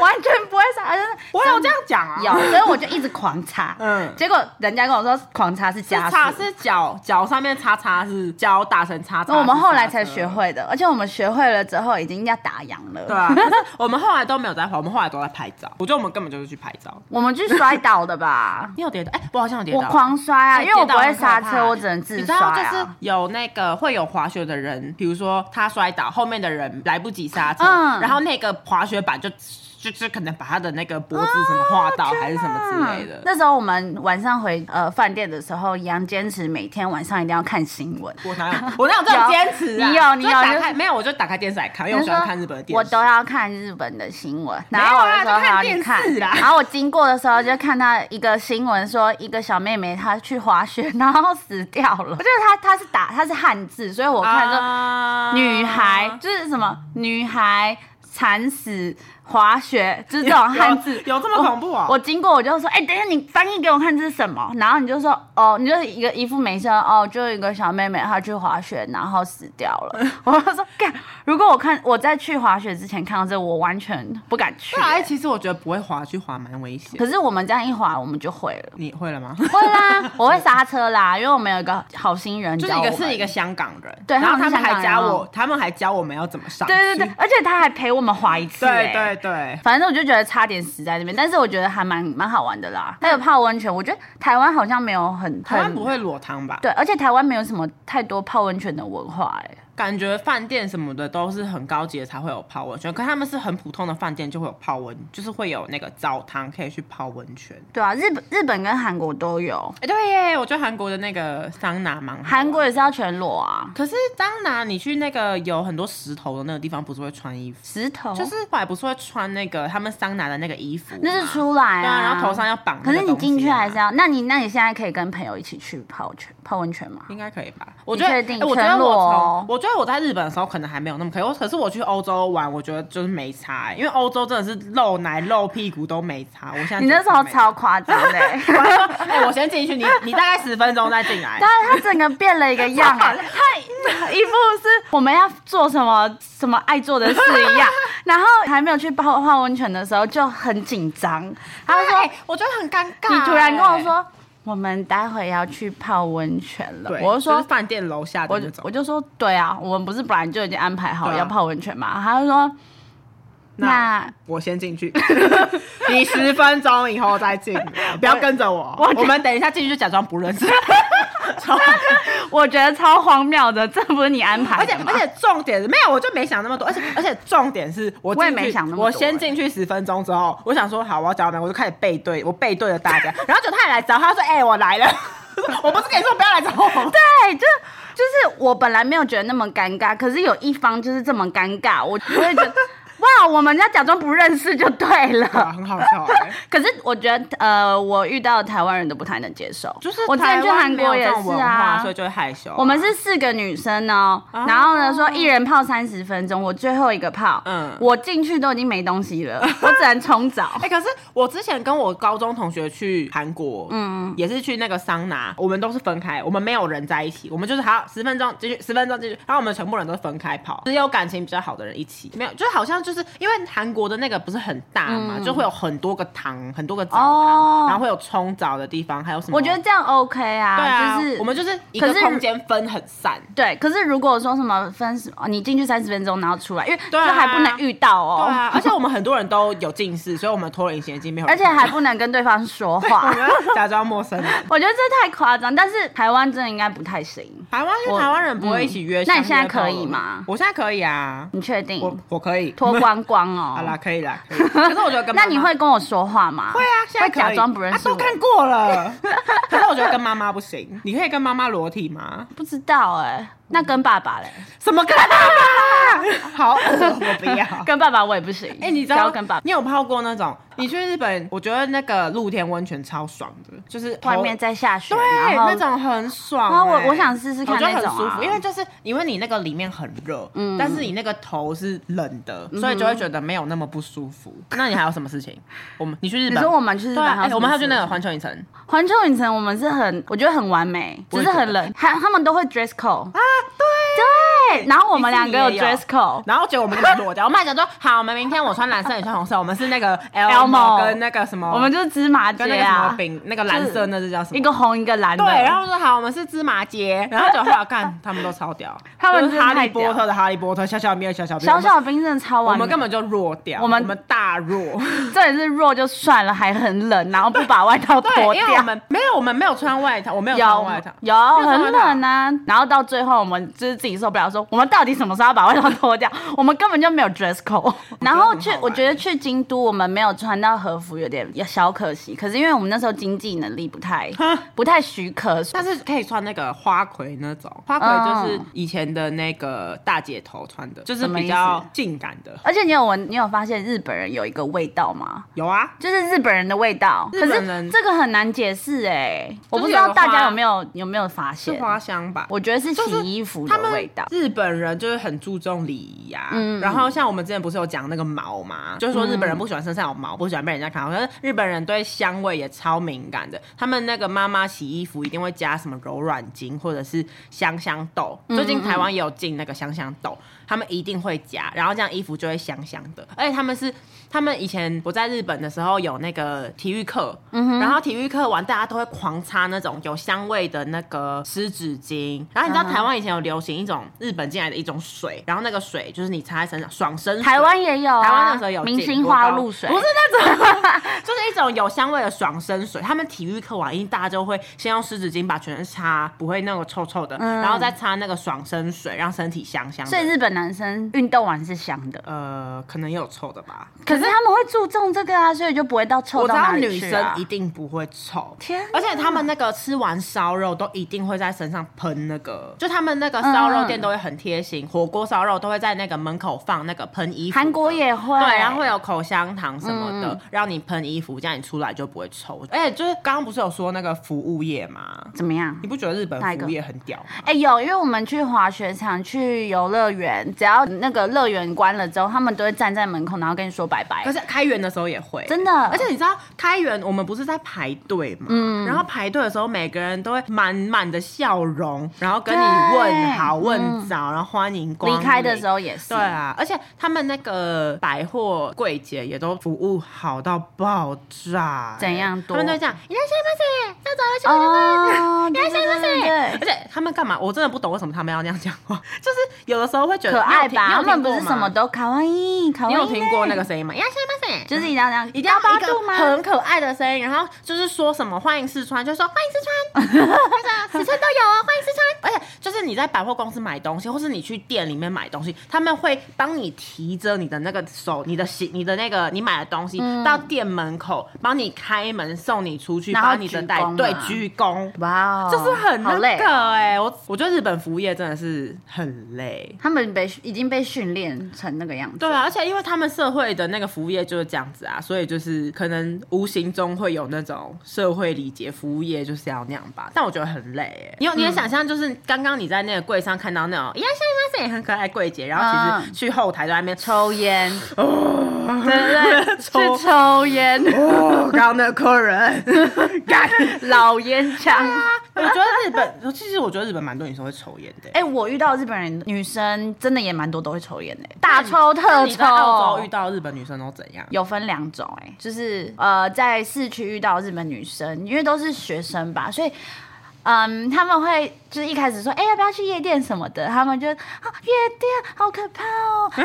Speaker 1: 完全不会刹车，
Speaker 2: 我有这样讲啊，
Speaker 1: 有，所以我就一直狂擦，
Speaker 2: 嗯
Speaker 1: 嗯，结果人家跟我说狂擦是
Speaker 2: 是
Speaker 1: 加
Speaker 2: 擦
Speaker 1: 速，
Speaker 2: 是脚脚上面擦擦是脚打成擦擦，
Speaker 1: 那我们后来才
Speaker 2: 是刹车
Speaker 1: 学。会的，而且我们学会了之后已经要打烊了，
Speaker 2: 对啊，但是我们后来都没有在滑，我们后来都在拍照。我觉得我们根本就是去拍照。
Speaker 1: 我们去摔倒的
Speaker 2: ，
Speaker 1: 吧
Speaker 2: 你有跌倒？哎、我好像有跌
Speaker 1: 我
Speaker 2: 倒。
Speaker 1: 狂摔啊，
Speaker 2: 哎
Speaker 1: 因为我不会
Speaker 2: 跌倒很
Speaker 1: 刹
Speaker 2: 可怕
Speaker 1: 车，我只能自
Speaker 2: 你知
Speaker 1: 摔
Speaker 2: 道，就是
Speaker 1: 啊。
Speaker 2: 有那个会有滑雪的人，比如说他摔倒，后面的人来不及刹车，
Speaker 1: 嗯
Speaker 2: 然后那个滑雪板就就是可能把他的那个脖子什么划到，还是什么之类的。
Speaker 1: 那时候我们晚上回呃饭店的时候，杨坚持每天晚上一定要看新闻。
Speaker 2: 我哪有我哪有这种
Speaker 1: 有
Speaker 2: 坚持啊？
Speaker 1: 你有你
Speaker 2: 就
Speaker 1: 有
Speaker 2: 打
Speaker 1: 就是
Speaker 2: 开没有？我就打开电视来看，因为我喜欢看日本的电
Speaker 1: 我
Speaker 2: 视。
Speaker 1: 都要看日本的新闻，
Speaker 2: 没
Speaker 1: 然
Speaker 2: 有
Speaker 1: 后我
Speaker 2: 啦
Speaker 1: 就说
Speaker 2: 就看
Speaker 1: 好
Speaker 2: 电
Speaker 1: 你
Speaker 2: 视啊
Speaker 1: 看，
Speaker 2: 啦
Speaker 1: 然后我经过的时候就看到一个新闻说，一个小妹妹她去滑雪然后死掉了，我觉得她她是打她是汉字，所以我看说
Speaker 2: 啊
Speaker 1: 女孩、就是什么女孩惨死滑雪，就是这种汉字
Speaker 2: 有有这么恐怖啊
Speaker 1: 我？我经过我就说，哎、等一下你翻译给我看这是什么？然后你就说，哦，你就是一个一副没事，哦，就有一个小妹妹她去滑雪然后死掉了。 我就说，干，如果我看我在去滑雪之前看到这，我完全不敢去、
Speaker 2: 对啊，哎其实我觉得不会滑去滑蛮危险。
Speaker 1: 可是我们这样一滑，我们就会 了。
Speaker 2: 你会了 吗？
Speaker 1: 会啦，我会刹车啦，因为我们有一个好心人
Speaker 2: 就
Speaker 1: 教
Speaker 2: 是
Speaker 1: 我
Speaker 2: 一
Speaker 1: 们。
Speaker 2: 个是一个香港人，
Speaker 1: 对
Speaker 2: 然后
Speaker 1: 他们
Speaker 2: 他
Speaker 1: 是
Speaker 2: 们还
Speaker 1: 香港
Speaker 2: 教
Speaker 1: 人啊
Speaker 2: 我，他们还教我们要怎么上去。
Speaker 1: 对对对，而且他还陪我们滑一次、哎
Speaker 2: 对对对，
Speaker 1: 反正我就觉得差点死在那边，但是我觉得还蛮蛮好玩的啦。还有泡温泉，我觉得台湾好像没有很
Speaker 2: 台湾
Speaker 1: 很
Speaker 2: 不会裸汤吧？
Speaker 1: 对，而且台湾没有什么太多泡温泉的文化、哎，
Speaker 2: 感觉饭店什么的都是很高级的才会有泡温泉，可他们是很普通的饭店就会有泡温，就是会有那个澡堂可以去泡温泉。
Speaker 1: 对啊，日本日本跟韩国都有，
Speaker 2: 哎、对耶，我觉得韩国的那个桑拿蛮好
Speaker 1: 韩。国也是要全裸啊，
Speaker 2: 可是桑拿，你去那个有很多石头的那个地方，不是会穿衣服？
Speaker 1: 石头
Speaker 2: 就是后来不是会穿那个他们桑拿的那个衣服吗？
Speaker 1: 那是出来啊，
Speaker 2: 对啊，然后头上要绑
Speaker 1: 可
Speaker 2: 那个东西啊、
Speaker 1: 是你进去还是要，那你那你现在可以跟朋友一起去泡泉泡温泉吗？
Speaker 2: 应该可以吧？我觉得，
Speaker 1: 确定
Speaker 2: 哎我觉得
Speaker 1: 全
Speaker 2: 我
Speaker 1: 裸
Speaker 2: 从
Speaker 1: 哦
Speaker 2: 我觉得我在日本的时候可能还没有那么可以，我可是我去欧洲玩，我觉得就是没差、欸因为欧洲真的是露奶露屁股都没差。我现在
Speaker 1: 你那时候
Speaker 2: 觉得没差，
Speaker 1: 超夸张的、 哎
Speaker 2: 我还说哎、我先进去，你你大概十分钟再进 来
Speaker 1: 但。是他啊整个变了一个样、啊，他一副是我们要做什么什么爱做的事一 样，然后还没有去泡泡温泉的时候就很紧张，他就说
Speaker 2: 哎我觉得很尴尬、欸
Speaker 1: 你突然跟我，说我们待会要去泡温泉了
Speaker 2: 对，，
Speaker 1: 我就
Speaker 2: 就
Speaker 1: 说
Speaker 2: 是饭店楼下的
Speaker 1: 我
Speaker 2: 那
Speaker 1: 就
Speaker 2: 种
Speaker 1: 我，就说对啊，我们不是本来就已经安排好
Speaker 2: 对啊
Speaker 1: 要泡温泉嘛，他就说
Speaker 2: 那
Speaker 1: 那
Speaker 2: 我先进去， 你十分钟以后再进来，不要跟着我。我
Speaker 1: 我
Speaker 2: 们等一下进去就假装不 认识，超
Speaker 1: 我觉得超荒谬的，这不是你安排
Speaker 2: 而且
Speaker 1: 的吗
Speaker 2: 而且重点是没有，我就没想那么多，而且而且重点是我进
Speaker 1: 我也
Speaker 2: 去
Speaker 1: 没想那么多
Speaker 2: 我先进去十分钟之后，我想说好，我要找你们，我就开始背对，我背对着大 家，然后就他也来找，他说：“哎、我来了。” 我不是跟你说不要来找我吗？
Speaker 1: 对，就就是我本来没有觉得那么尴尬，可是有一方就是这么尴尬，我就会觉 得哇，我们要假装不认识就对
Speaker 2: 对啊，
Speaker 1: 了。
Speaker 2: 很好笑、哎
Speaker 1: 可是我觉得，呃，我遇到的台湾人都不太能接受，
Speaker 2: 就是
Speaker 1: 我之前去
Speaker 2: 台湾
Speaker 1: 韩
Speaker 2: 没有
Speaker 1: 国也
Speaker 2: 这种
Speaker 1: 是
Speaker 2: 文化
Speaker 1: 啊
Speaker 2: 所以。就会害羞啊、
Speaker 1: 我们是四个女生哦，
Speaker 2: 哦
Speaker 1: 然后呢说一人泡三十分钟，我最后一个泡，
Speaker 2: 嗯
Speaker 1: 我进去都已经没东西了， 我只能冲 澡
Speaker 2: 哎、。可是我之前跟我高中同学去韩国，嗯，也是去那个桑拿，我们都是分开，我们没有人在一起，我们就是好十分钟进去，十分钟进去，然后我们全部人都是分开跑，只有感情比较好的人一起，没有，就是好像就是因为韩国的那个不是很大嘛，就会有很多个堂，很多个澡堂，
Speaker 1: 嗯哦
Speaker 2: 然后会有冲澡的地方，还有什么？
Speaker 1: 我觉得。这样 OK 啊，
Speaker 2: 对啊，
Speaker 1: 就是
Speaker 2: 我们就是一个
Speaker 1: 可是
Speaker 2: 空间分很散，
Speaker 1: 对，可是如果说什么分十，哦你进去三十分钟，然后出来，因为这
Speaker 2: 对啊
Speaker 1: 还不能遇到
Speaker 2: 对
Speaker 1: 哦，
Speaker 2: 啊，而且我们很多人都有近视，所以我们脱了隐形眼镜没有人
Speaker 1: 而
Speaker 2: 看
Speaker 1: 且
Speaker 2: 到，
Speaker 1: 还不能跟对方说话。
Speaker 2: 假装陌生人。
Speaker 1: 我觉得这太夸张，但是台湾真的应该不太行。
Speaker 2: 台湾是台湾人不会一起约、
Speaker 1: 嗯那你现在可以吗
Speaker 2: 我现在可以啊，
Speaker 1: 你确
Speaker 2: 我
Speaker 1: 定？
Speaker 2: 我可以
Speaker 1: 脱。光光哦。
Speaker 2: 好啦，可以啦，可以。可是我觉得跟 妈妈
Speaker 1: 那你会跟我说话吗？
Speaker 2: 会啊，现在
Speaker 1: 会
Speaker 2: 可以
Speaker 1: 假装不认识
Speaker 2: 啊
Speaker 1: 我。
Speaker 2: 都看 过了。可是我觉得跟妈妈不行，你可以跟妈妈裸体吗？
Speaker 1: 不知道哎、那跟爸爸嘞？
Speaker 2: 什么跟妈妈？ 好，我不要。
Speaker 1: 跟爸爸我也不行。
Speaker 2: 哦哎、你知
Speaker 1: 不
Speaker 2: 道
Speaker 1: 要跟爸爸？
Speaker 2: 你有泡过那种？你去日本，我觉得那个露天温泉超爽的，就是头
Speaker 1: 外面在下雪，
Speaker 2: 对
Speaker 1: 然后
Speaker 2: 那种很爽、欸。
Speaker 1: 然后我我想试试看
Speaker 2: 我觉得
Speaker 1: 那种
Speaker 2: 很舒
Speaker 1: 啊嗯
Speaker 2: 服，因为就是因为你那个里面很热，但是你那个头是冷的，所以就会觉得没有那么不舒服。那你还有什么事情？我们你去日
Speaker 1: 你
Speaker 2: 本？
Speaker 1: 说我们去日
Speaker 2: 对
Speaker 1: 本
Speaker 2: 啊，
Speaker 1: 还有
Speaker 2: 哎
Speaker 1: 什么
Speaker 2: 我们还有去
Speaker 1: 事啊
Speaker 2: 那个环球影城。
Speaker 1: 环球影城我们是很，我觉得很完美，
Speaker 2: 我
Speaker 1: 只是
Speaker 2: 也觉得
Speaker 1: 很冷。还他们都会 dress code 啊，对哦对。然后我们两个有
Speaker 2: 迪士尼也
Speaker 1: dress code，
Speaker 2: 然后结果我们就把它裸掉。我们还想说，好，我们明天我穿蓝色，你穿红色，我们是那个
Speaker 1: Elmo
Speaker 2: 跟那个什么，
Speaker 1: 我们就是芝麻
Speaker 2: 哦跟
Speaker 1: 街
Speaker 2: 那个什么
Speaker 1: 啊，
Speaker 2: 饼，那个蓝色，那是叫什么？
Speaker 1: 一个红一个蓝的。
Speaker 2: 对，然后说好，我们是芝麻街，然后就后来看他们都超屌，
Speaker 1: 他们
Speaker 2: 就是哈利波
Speaker 1: 真的太屌
Speaker 2: 特的哈利波特，小小咪的小小咪，
Speaker 1: 小小兵真的超
Speaker 2: 我
Speaker 1: 完美，
Speaker 2: 们我们根本就弱掉，
Speaker 1: 我
Speaker 2: 我
Speaker 1: 们
Speaker 2: 们我们大弱。
Speaker 1: 这也是弱就算了，还很冷，然后不把外套脱
Speaker 2: 对，因为我
Speaker 1: 掉。
Speaker 2: 们没有，我们没有穿外套，我没有穿
Speaker 1: 有
Speaker 2: 外套，
Speaker 1: 有
Speaker 2: 没有穿外
Speaker 1: 很
Speaker 2: 套
Speaker 1: 冷啊，然后到最后我们就是自己受不了，说我们到底什么时候要把外套脱掉？ 我们根本就没有 dress code。然后去
Speaker 2: 很好，玩欸
Speaker 1: 我觉得去京都我们没有穿到和服有点小可惜，可是因为我们那时候经济能力不太不太许可，
Speaker 2: 但是可以穿那个花魁那种，花魁就是以前的那个大姐头穿的，就是
Speaker 1: 什么意
Speaker 2: 比
Speaker 1: 思
Speaker 2: 较性感的。
Speaker 1: 而且你有闻，你有发现日本人有一个味道吗？
Speaker 2: 有啊，
Speaker 1: 就是日本人的味道，
Speaker 2: 日
Speaker 1: 可
Speaker 2: 本
Speaker 1: 是
Speaker 2: 人
Speaker 1: 这个很难解释哎、我不知
Speaker 2: 有
Speaker 1: 道
Speaker 2: 个
Speaker 1: 大家
Speaker 2: 花
Speaker 1: 有没有有没有发
Speaker 2: 是
Speaker 1: 现？
Speaker 2: 花香吧？
Speaker 1: 我觉得是
Speaker 2: 就是
Speaker 1: 洗衣服
Speaker 2: 他
Speaker 1: 的
Speaker 2: 们
Speaker 1: 味道。
Speaker 2: 日本人就是很注重礼仪啊，
Speaker 1: 嗯
Speaker 2: 然后像我们之前不是有讲那个毛嘛，就是说日本人不喜欢身上有毛，不喜欢被人家看到。可是日本人对香味也超敏感的，他们那个妈妈洗衣服一定会加什么柔软巾或者是香香豆，
Speaker 1: 嗯
Speaker 2: 最近台湾也有进那个香香豆，他们一定会加，然后这样衣服就会香香的。而且他们是他们以前我在日本的时候有那个体育课，
Speaker 1: 嗯
Speaker 2: 然后体育课完大家都会狂擦那种有香味的那个湿纸巾，然
Speaker 1: 嗯
Speaker 2: 后你知道台湾以前有流行一种日本进来的一种水，然后那个水就是你擦在身上爽身 水
Speaker 1: 台湾也有、啊，
Speaker 2: 台湾那时候有
Speaker 1: 明
Speaker 2: 进
Speaker 1: 星
Speaker 2: 国
Speaker 1: 花
Speaker 2: 高
Speaker 1: 露水，
Speaker 2: 不是那 种，就是一种有香味的爽身水。他们体育课完，一定大家就会先用湿纸巾把全身擦，不会那种臭臭的，然后再擦那个爽身水，让身体香香
Speaker 1: 嗯
Speaker 2: 的。
Speaker 1: 所以日本男生运动完是香的，
Speaker 2: 呃，可能也有臭的吧。
Speaker 1: 可是他们会注重这个啊，所以就不会到臭
Speaker 2: 我知
Speaker 1: 到
Speaker 2: 道
Speaker 1: 哪
Speaker 2: 女
Speaker 1: 里去、啊
Speaker 2: 生一。定不会臭，
Speaker 1: 天
Speaker 2: 而且他们那个吃完烧肉都一定会在身上喷那个，嗯就他们那个烧肉店都会很贴心，火锅烧肉都会在那个门口放那个喷衣服的。
Speaker 1: 韩国也会，
Speaker 2: 对，然后会有口香糖什么的，让你喷衣服，这样你出来就不会臭。而且就是刚刚不是有说那个服务业吗？
Speaker 1: 怎么样
Speaker 2: 你？不觉得日本
Speaker 1: 哪一个
Speaker 2: 服务业很屌吗？
Speaker 1: 哎、有，因为我们去滑雪场、去游乐园，只要那个乐园关了之后，他们都会站在门口，然后跟你说拜拜
Speaker 2: 可。是开园的时候也会，
Speaker 1: 真的
Speaker 2: 而且你知道开园我们不是在排队嘛，
Speaker 1: 嗯
Speaker 2: 然后排队的时候每个人都会满满的笑容，然后跟你
Speaker 1: 对
Speaker 2: 问好问早，然后欢迎光
Speaker 1: 离
Speaker 2: 临
Speaker 1: 开的时。候也是，
Speaker 2: 对啊，而且他们那个百货柜姐也都服务好到爆炸欸、
Speaker 1: 怎样多
Speaker 2: 他们都这样，你来先不要走了，去
Speaker 1: 哦，对对对对对
Speaker 2: 而且他们干嘛？我真的不懂为什么他们要那样讲话，就是有的时候会觉得
Speaker 1: 可爱吧？
Speaker 2: 你有
Speaker 1: 他们
Speaker 2: 听
Speaker 1: 不
Speaker 2: 过
Speaker 1: 是
Speaker 2: 吗
Speaker 1: 什么都卡哇伊，卡哇
Speaker 2: 你
Speaker 1: 伊
Speaker 2: 有听过那
Speaker 1: 嘞
Speaker 2: 个声音吗？呀，先不要走
Speaker 1: 就是一定要这样，一
Speaker 2: 一定要
Speaker 1: 八
Speaker 2: 一
Speaker 1: 度
Speaker 2: 个
Speaker 1: 吗？
Speaker 2: 很可爱的声音，然后就是说什么欢迎四川，就说欢迎四川，就是四川都有哦，欢迎四川。而且就是你在百货公司买东西，或是你去店里面买东西，他们会帮你提着你的那个手、你的行、你的那个你买的东西、到店门口，帮你开门送你出去，
Speaker 1: 然后
Speaker 2: 帮你的带
Speaker 1: 鞠躬
Speaker 2: 对
Speaker 1: 嘛
Speaker 2: 鞠躬。啊
Speaker 1: 哇哦，
Speaker 2: 就是很
Speaker 1: 好
Speaker 2: 那
Speaker 1: 累哦。
Speaker 2: 个哎、我我觉得日本服务业真的是很累，
Speaker 1: 他们被已经被训练成那个样子。
Speaker 2: 对啊，而且因为他们社会的那个服务业就是这样子啊，所以就是可能无形中会有那种社会理解，服务业就是要那样吧。但我觉得很累哎，你有你也想象，就是刚刚你在那个柜上看到那种，呀，现在也很可爱柜姐，然后其实
Speaker 1: 嗯
Speaker 2: 去后台都在那边抽，
Speaker 1: 抽烟，对哦对对，
Speaker 2: 抽
Speaker 1: 去抽烟，
Speaker 2: 哦， 刚刚那个客人，干。
Speaker 1: 老烟枪。
Speaker 2: 我觉得日本，其实我觉得日本蛮多女生会抽烟的欸。
Speaker 1: 哎、我遇到日本人女生真的也蛮多都会抽烟的、大抽
Speaker 2: 那
Speaker 1: 特
Speaker 2: 你在澳洲遇
Speaker 1: 抽。
Speaker 2: 到日本女生都怎样？
Speaker 1: 有分两种、哎，就是呃，在市区遇到日本女生，因为都是学生吧，所以嗯，他们会就是一开始说，哎、要不要去夜店什么的，他们就啊，夜店好可怕 哦，啊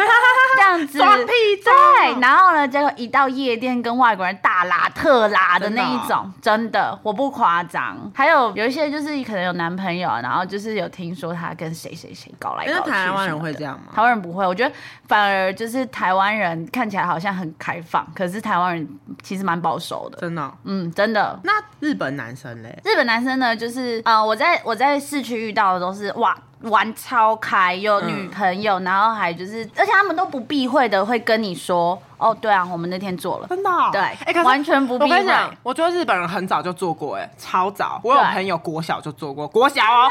Speaker 1: 这样子。
Speaker 2: 装屁啊照
Speaker 1: 对，然后呢，结果一到夜店跟外国人大拉特拉的那
Speaker 2: 哦
Speaker 1: 一种，真的，我不夸张。还有有一些就是可能有男朋友，然后就是有听说他跟谁谁谁搞来搞去什
Speaker 2: 那
Speaker 1: 么的。
Speaker 2: 台湾人会这样吗？
Speaker 1: 台湾人不会，我觉得反而就是台湾人看起来好像很开放，可是台湾人其实蛮保守的。
Speaker 2: 真的哦、
Speaker 1: 嗯，真的。
Speaker 2: 那日本男生嘞？
Speaker 1: 日本男生呢，就是呃，我在我在市区遇到的都是哇。玩超开，有女朋友，然后还就是，而且他们都不避讳的会跟你说，哦，对啊，我们那天做了，
Speaker 2: 真的哦、
Speaker 1: 对
Speaker 2: 哎、可是
Speaker 1: 完全不避
Speaker 2: 我
Speaker 1: 讳
Speaker 2: 跟你讲，我觉得日本人很早就做过、哎，超早。我有
Speaker 1: 对
Speaker 2: 朋友国小就做过，国小哦，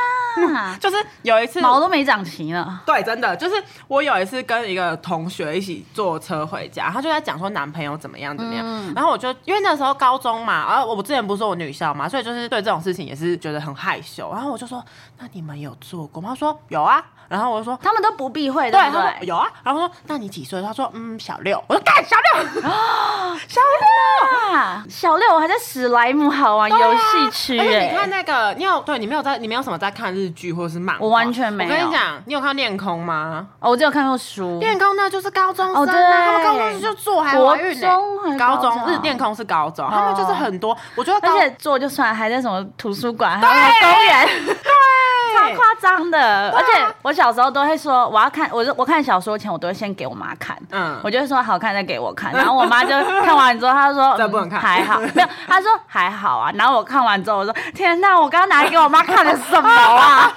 Speaker 1: 啊
Speaker 2: 就是有一次
Speaker 1: 毛都没长齐呢。
Speaker 2: 对，真的就是我有一次跟一个同学一起坐车回家，他就在讲说男朋友怎么样怎么样，
Speaker 1: 嗯
Speaker 2: 然后我就因为那时候高中嘛，然后我之前不是说我女校嘛，所以就是对这种事情也是觉得很害羞，然后我就说那你们有做过吗？他说有啊，然后我就说
Speaker 1: 他们都不避讳，
Speaker 2: 对，
Speaker 1: 不
Speaker 2: 他说
Speaker 1: 对？
Speaker 2: 有啊，然后我说那你几岁？他说嗯小六，我说干小六，小六。
Speaker 1: 啊，小六我还在史莱姆好玩游戏区
Speaker 2: 啊而且你看
Speaker 1: 哎，
Speaker 2: 那个，你有对你没有在，你没有什么在看日剧或者是漫画，
Speaker 1: 我完全没有
Speaker 2: 我跟你讲，你有嗯看《恋空》吗？
Speaker 1: 哦，我只有看过书，
Speaker 2: 电工那就是高中生、啊，
Speaker 1: 哦对
Speaker 2: 他们高中生就做还怀孕、欸，
Speaker 1: 国中还是
Speaker 2: 高
Speaker 1: 高中
Speaker 2: 中日哦电工是高中，他们就是很多，我觉得
Speaker 1: 而
Speaker 2: 高
Speaker 1: 且做就算，还在什么图书馆，还有公园，超
Speaker 2: 对啊
Speaker 1: 夸张的。而且我小时候都会说，我要看，我就我看小说前，我都会先给我妈看。
Speaker 2: 嗯
Speaker 1: 我就会说好看再给我 看，然后我妈就看完之后，她就说
Speaker 2: 这不能看
Speaker 1: 嗯还 好，没有，她说还好啊。然后我看完之后，我说天哪，我刚刚拿来给我妈看的什么 啊？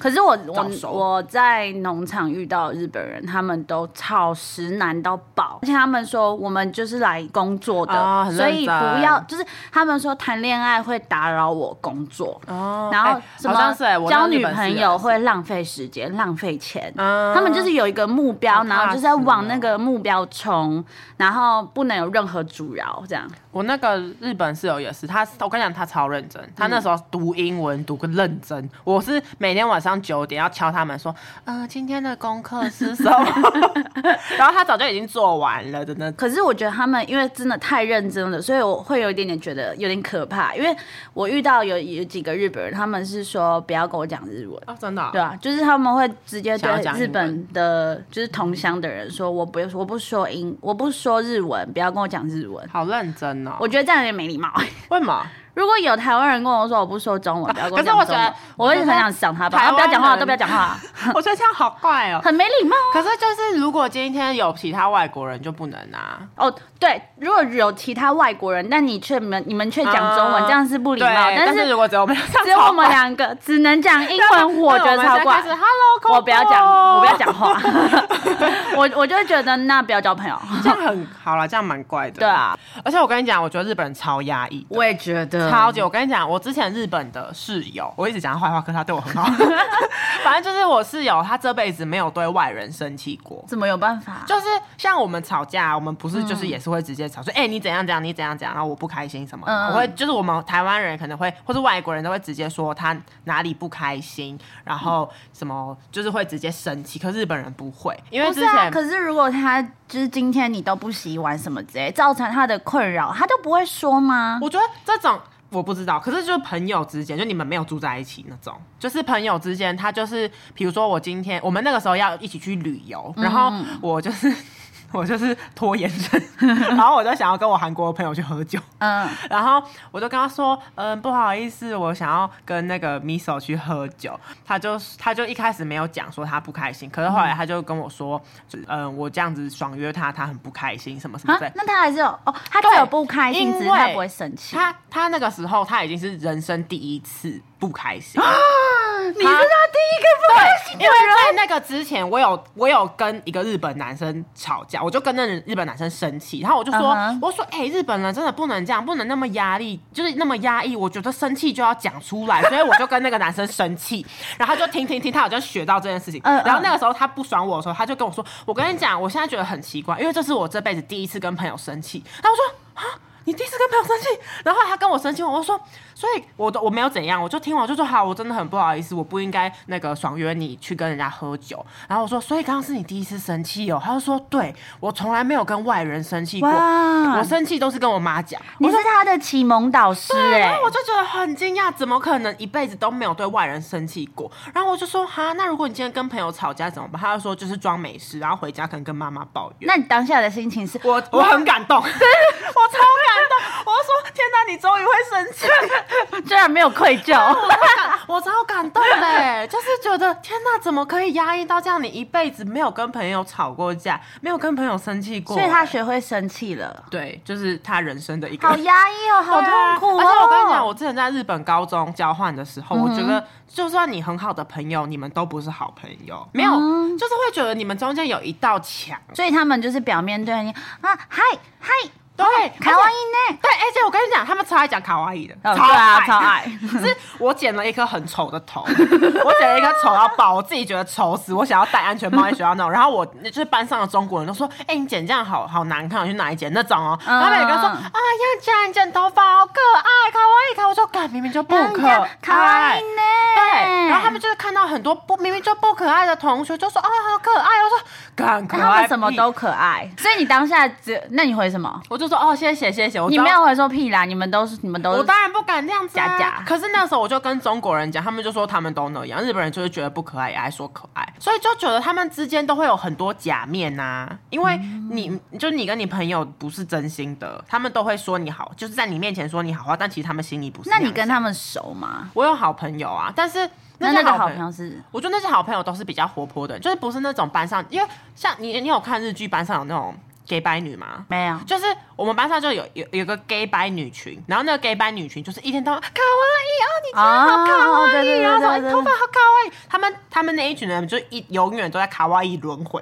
Speaker 1: 可是我
Speaker 2: 早熟
Speaker 1: 我我在农场遇到的日本人，他们都超时难到爆，而且他们说我们就是来工作的，
Speaker 2: 哦很认
Speaker 1: 所以不要
Speaker 2: 真
Speaker 1: 就是他们说谈恋爱会打扰我工作，
Speaker 2: 哦
Speaker 1: 然后
Speaker 2: 哎
Speaker 1: 什
Speaker 2: 好像是哎
Speaker 1: 么
Speaker 2: 我
Speaker 1: 交
Speaker 2: 到日
Speaker 1: 女
Speaker 2: 本是
Speaker 1: 朋
Speaker 2: 也
Speaker 1: 友
Speaker 2: 是
Speaker 1: 会浪费时间、浪费钱，
Speaker 2: 嗯
Speaker 1: 他们就是有一个目标，
Speaker 2: 好
Speaker 1: 然后就是
Speaker 2: 踏
Speaker 1: 要
Speaker 2: 实
Speaker 1: 往
Speaker 2: 哦
Speaker 1: 那个目标冲，然后不能有任何阻挠，这样。
Speaker 2: 我那个日本室友也是，他我跟你讲，他超认真，他那时候读英文读个认真，我是每天晚上九点要敲他们说，呃，今天的功课是什 么？然后他早就已经做完了的那种，
Speaker 1: 可是我觉得他们因为真的太认真了，所以我会有一点点觉得有点可怕，因为我遇到有有几个日本人，他们是说不要跟我讲日文。
Speaker 2: 哦，真的哦、
Speaker 1: 对啊，就是他们会直接对
Speaker 2: 想要讲英文
Speaker 1: 日本的，就是同乡的人说，我不我不说英，我不说日文，不要跟我讲日文。
Speaker 2: 好认真哦，
Speaker 1: 我觉得这样有点没礼貌。
Speaker 2: 为什么？
Speaker 1: 如果有台湾人跟我说我不说中文，不要跟
Speaker 2: 啊可是
Speaker 1: 讲
Speaker 2: 我
Speaker 1: 中
Speaker 2: 觉
Speaker 1: 文
Speaker 2: 得，
Speaker 1: 我会很
Speaker 2: 我觉得
Speaker 1: 想想他吧，
Speaker 2: 台
Speaker 1: 啊
Speaker 2: 湾
Speaker 1: 不要讲话，
Speaker 2: 人
Speaker 1: 都不要讲话，
Speaker 2: 我觉得这样好怪哦。
Speaker 1: 很没礼貌。啊
Speaker 2: 可是就是，如果今天有其他外国人就不能啊，
Speaker 1: 哦，对，如果有其他外国人，但你却没你们却讲中文，
Speaker 2: 嗯
Speaker 1: 这样是不礼
Speaker 2: 对，
Speaker 1: 貌。
Speaker 2: 但
Speaker 1: 但
Speaker 2: 是
Speaker 1: 是
Speaker 2: 如果只有我们两个，
Speaker 1: 只有我们两个只能讲英文，我觉得超怪。
Speaker 2: Hello，
Speaker 1: 我不要讲，我不要，讲话， 我我就会觉得那不要交朋友。
Speaker 2: 这样很好了，这样蛮怪的。
Speaker 1: 对，啊，
Speaker 2: 而且我跟你讲，我觉得日本人超压抑的。
Speaker 1: 我嗯也觉得
Speaker 2: 超级，我跟你讲，我之前日本的室友，我一直讲他坏话，可是他对我很好。 反正就是我室友，他这辈子没有对外人生气过。
Speaker 1: 怎么有办法？
Speaker 2: 就是像我们吵架，我们不
Speaker 1: 嗯
Speaker 2: 是就是也是会直接吵说，哎、你怎样怎样，你怎样怎样，然后我不开心什么
Speaker 1: 嗯
Speaker 2: 的。
Speaker 1: 嗯
Speaker 2: 我会就是我们台湾人可能会或是外国人都会直接说他哪里不开心，然后什么就是会直接生气。可是日本人不会，因为
Speaker 1: 不
Speaker 2: 之
Speaker 1: 是啊，
Speaker 2: 前
Speaker 1: 可是如果他就是今天你都不洗碗什么之类，造成他的困扰，他都不会说吗？
Speaker 2: 我觉得这种我不知道，可是就是朋友之间，就你们没有住在一起那种，就是朋友之间，他就是比如说我今天我们那个时候要一起去旅游，
Speaker 1: 嗯
Speaker 2: 然后我就是。 我就是拖延症， 然后我就想要跟我韩国的朋友去喝酒，
Speaker 1: 嗯，
Speaker 2: 然后我就跟他说，嗯，不好意思，我想要跟那个 Miso 去喝酒。他就他就一开始没有讲说他不开心，可是后来他就跟我说，就是嗯，我这样子爽约他，他很不开心，什么什么
Speaker 1: 啊
Speaker 2: 之类，。
Speaker 1: 那他还是有哦，他只
Speaker 2: 对
Speaker 1: 有不开心，
Speaker 2: 因
Speaker 1: 只
Speaker 2: 为
Speaker 1: 是他不会生气。
Speaker 2: 他他那个时候他已经是人生第一次不开心，
Speaker 1: 啊你是他第一个不开心
Speaker 2: 因为在那个之前，我有我有跟一个日本男生吵架，我就跟那日本男生生气，然后我就说
Speaker 1: 嗯哼
Speaker 2: 我说哎、欸日本人真的不能这样，不能那么压力，就是那么压抑，我觉得生气就要讲出来，所以我就跟那个男生生气， 然后他就听听听，他好像学到这件事情，
Speaker 1: 嗯嗯
Speaker 2: 然后那个时候他不爽我的时候，他就跟我说，我跟你讲，我现在觉得很奇怪，因为这是我这辈子第一次跟朋友生气，然后我说啊。你第一次跟朋友生气，然后他跟我生气，我就说，所以我都我没有怎样，我就听完就说好，我真的很不好意思，我不应该那个爽约你去跟人家喝酒。然后我说，所以刚刚是你第一次生气哦，他就说，对我从来没有跟外人生气过，
Speaker 1: 哇
Speaker 2: 我生气都是跟我妈讲。
Speaker 1: 你是他的启蒙导师哎、
Speaker 2: 然后我就觉得很惊讶，怎么可能一辈子都没有对外人生气过？然后我就说哈，那如果你今天跟朋友吵架怎么办？他就说就是装没事，然后回家可能跟妈妈抱怨。
Speaker 1: 那你当下的心情是？
Speaker 2: 我我很感动，对， 我超感动，我就说天哪，你终于会生气，
Speaker 1: 居然没有愧 疚。
Speaker 2: 我超感动的，就是觉得天哪，怎么可以压抑到这样？你一辈子没有跟朋友吵过架，没有跟朋友生气过，
Speaker 1: 所以他学会生气了，
Speaker 2: 对，就是他人生的一个
Speaker 1: 好压抑哦，好
Speaker 2: 对
Speaker 1: 痛
Speaker 2: 啊
Speaker 1: 苦哦。嗯
Speaker 2: 而且我跟你讲，我之前在日本高中交换的时候，我觉得就算你很好的朋友，你们都不是好朋友，没有，
Speaker 1: 嗯
Speaker 2: 就是会觉得你们中间有一道墙。
Speaker 1: 所以他们就是表面对你啊，嗨嗨，
Speaker 2: 对，
Speaker 1: 卡哇伊呢？
Speaker 2: 对，而且我跟你讲，他们超爱讲卡哇伊的，
Speaker 1: 哦
Speaker 2: 超
Speaker 1: 对啊
Speaker 2: 爱，
Speaker 1: 超爱
Speaker 2: 是我剪了一颗很丑的头，我剪了一颗丑到爆，我自己觉得丑死，我想要戴安全帽在学校那种。然后我就是班上的中国人都说，哎、你剪这样好好难看，我去哪里剪那种哦。
Speaker 1: 嗯
Speaker 2: 然后每个人说，啊，要剪剪头发好可爱，卡哇伊，卡，我说，干，明明就不可
Speaker 1: 人家哎卡哇
Speaker 2: 爱
Speaker 1: 伊。呢？
Speaker 2: 对，然后他们就是看到很多不明明就不可爱的同学，就说啊、好可爱哦，我说干可爱，
Speaker 1: 他们什么都，可爱，所以你当下只那你回什么？
Speaker 2: 我就说哦，谢谢谢谢，我
Speaker 1: 你
Speaker 2: 知道
Speaker 1: 没有回说屁啦，你们都是你们都
Speaker 2: 我
Speaker 1: 是
Speaker 2: 当然不敢这样子、啊、
Speaker 1: 呃假假
Speaker 2: 可是那时候我就跟中国人讲，他们就说他们都那样，日本人就是觉得不可爱，也爱说可爱，所以就觉得他们之间都会有很多假面呐、因为你、
Speaker 1: 嗯
Speaker 2: 就你跟你朋友不是真心的，他们都会说你好，就是在你面前说你好话，但其实他们心里不是
Speaker 1: 那
Speaker 2: 样想。
Speaker 1: 你跟他们熟吗？
Speaker 2: 我有好朋友啊，但是
Speaker 1: 那
Speaker 2: 些
Speaker 1: 那个好
Speaker 2: 好
Speaker 1: 朋友是
Speaker 2: 我觉得那些好朋友都是比较活泼的，就是不是那种班上，因为像你，你有看日剧班上有那种 gay 白女吗？
Speaker 1: 没有，
Speaker 2: 就是我们班上就有有有个 gay 白女群，然后那个 gay 白女群就是一天到晚 卡哇伊哦，你真的好卡哇
Speaker 1: 哦
Speaker 2: 伊啊，
Speaker 1: 对对对对
Speaker 2: 什么
Speaker 1: 对
Speaker 2: 你头发好卡哇伊，他们他们那一群人就一永远都在卡哇伊轮 回。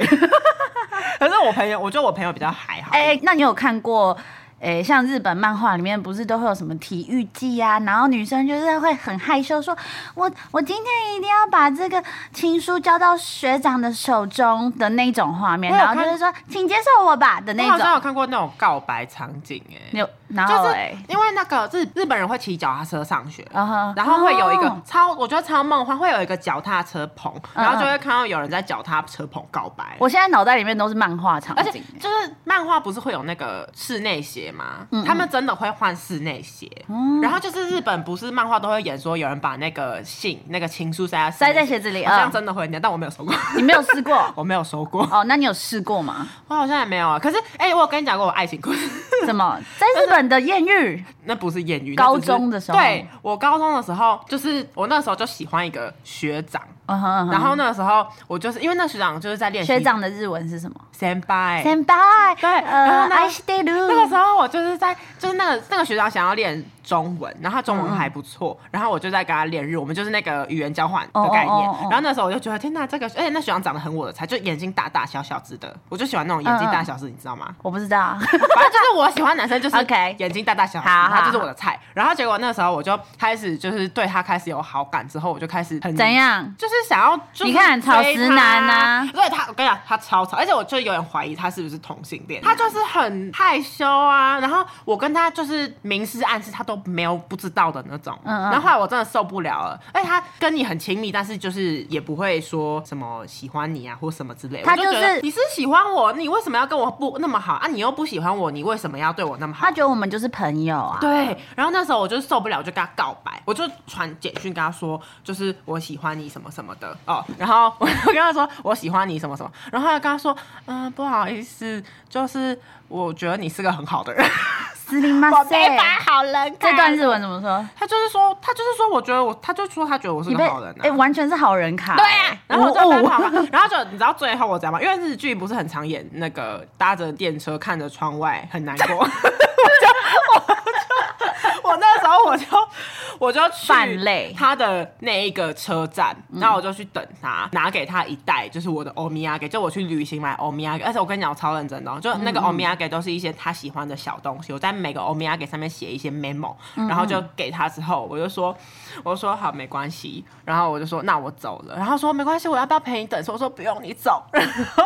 Speaker 2: 可是我朋友，我觉得我朋友比较还好。
Speaker 1: 哎、那你有看过？哎、像日本漫画里面不是都会有什么体育季啊，然后女生就是会很害羞说，我我今天一定要把这个情书交到学长的手中的那种画面，
Speaker 2: 我有
Speaker 1: 然后
Speaker 2: 看
Speaker 1: 就是说，请接受我吧的
Speaker 2: 我
Speaker 1: 那
Speaker 2: 好像
Speaker 1: 种。
Speaker 2: 有看过那种告白场景、
Speaker 1: 你
Speaker 2: 哎，
Speaker 1: 有，然
Speaker 2: 就
Speaker 1: 后
Speaker 2: 是
Speaker 1: 哎、
Speaker 2: 因为那个日日本人会骑脚踏车上学，
Speaker 1: 嗯哼
Speaker 2: 然后会有一个
Speaker 1: 哦
Speaker 2: 超，我觉得超梦幻，会有一个脚踏车棚，
Speaker 1: 嗯
Speaker 2: 然后就会看到有人在脚踏车棚告白。
Speaker 1: 我现在脑袋里面都是漫画场
Speaker 2: 而且
Speaker 1: 景。
Speaker 2: 哎就是漫画不是会有那个室内鞋吗？
Speaker 1: 嗯
Speaker 2: 他们真的会换室内鞋。
Speaker 1: 哦
Speaker 2: 然后就是日本不是漫画都会演说有人把那个信那个情书塞在
Speaker 1: 塞在鞋子里
Speaker 2: 好像
Speaker 1: 嗯
Speaker 2: 真的会那样，但我没有 收过，
Speaker 1: 你没有试过
Speaker 2: 我没有收过，
Speaker 1: 哦？那你有试过 吗？
Speaker 2: 我好像也没有啊。可是哎、我有跟你讲过我爱情故事。
Speaker 1: 怎么在日本的艳遇？
Speaker 2: 那不是艳遇，
Speaker 1: 高
Speaker 2: 那只是
Speaker 1: 中的时候
Speaker 2: 对我高中的时候，就是我那时候就喜欢一个学长，
Speaker 1: 嗯哼嗯哼
Speaker 2: 然后那个时候我就是因为那学长就是在练习
Speaker 1: 学长的日文是什么
Speaker 2: 先拜，
Speaker 1: 先輩
Speaker 2: 对然
Speaker 1: 呃
Speaker 2: 后，呢
Speaker 1: 爱してる。
Speaker 2: 那个时候我就是在就是那个那个学长想要练中文，然后他中
Speaker 1: 嗯
Speaker 2: 文还不错，然后我就在跟他练日，我们就是那个语言交换的概念。
Speaker 1: 哦哦哦哦
Speaker 2: 然后那时候我就觉得天呐，这个而且那学长长得很我的菜，就眼睛大大小小只的，我就喜欢那种眼睛
Speaker 1: 嗯
Speaker 2: 大小只，你知道吗？
Speaker 1: 我不知道。
Speaker 2: 反正就是我喜欢男生，就是
Speaker 1: OK
Speaker 2: 眼睛大大小小，
Speaker 1: 好好
Speaker 2: 他就是我的菜。然后结果那时候我就开始就是对他开始有好感，之后我就开始很
Speaker 1: 怎样？
Speaker 2: 就是想要，就是
Speaker 1: 你看
Speaker 2: 追他
Speaker 1: 草食男啊
Speaker 2: 对他，我跟你讲，他超吵，而且我就有点怀疑他是不是同性恋，他就是很害羞啊，然后我跟他就是明示暗示，他都没有不知道的那种，
Speaker 1: 嗯嗯
Speaker 2: 然后后来我真的受不了了，而且他跟你很亲密，但是就是也不会说什么喜欢你啊或什么之类的，
Speaker 1: 他
Speaker 2: 我就觉得
Speaker 1: 就是
Speaker 2: 你是喜欢我，你为什么要跟我不那么好啊？你又不喜欢我，你为什么要对我那么好
Speaker 1: 他？觉得我们就是朋友啊。
Speaker 2: 对，然后那时候我就受不了，我就跟他告白，我就传简讯跟他说，就是我喜欢你什么什么的哦。然后我 就跟他说我喜欢你什么什么，然后他就跟他说，嗯、不好意思，就是我觉得你是个很好的人，
Speaker 1: 斯林马
Speaker 2: 我
Speaker 1: 塞，
Speaker 2: 没把好人看。
Speaker 1: 这段日文怎么说？
Speaker 2: 他就是说，他就是说，我觉得我，他就说他觉得我是
Speaker 1: 你
Speaker 2: 个
Speaker 1: 被
Speaker 2: 好人、啊。
Speaker 1: 哎，完全是好人卡。
Speaker 2: 对啊，然后我就奔跑
Speaker 1: 哦
Speaker 2: 嘛， 然后就你知道最后我怎样吗？因为日剧不是很常演那个搭着电车看着窗外很难 过，我就我就我那时候我就我就去
Speaker 1: 泛泪
Speaker 2: 他的那一个车站，
Speaker 1: 嗯
Speaker 2: 然后我就去等他，拿给他一袋，就是我的欧米亚给，就我去旅行买欧米亚给，而且我跟你讲，我超认真的、哦，
Speaker 1: 嗯
Speaker 2: 就那个欧米亚给都是一些他喜欢的小东西，我在每个欧米亚给上面写一些 memo，然
Speaker 1: 嗯
Speaker 2: 后就给他之后，我就说。我说好，没关系。 然后我就说那我走了。然后说没关系，我要不要陪你等？我说不用，你走。然后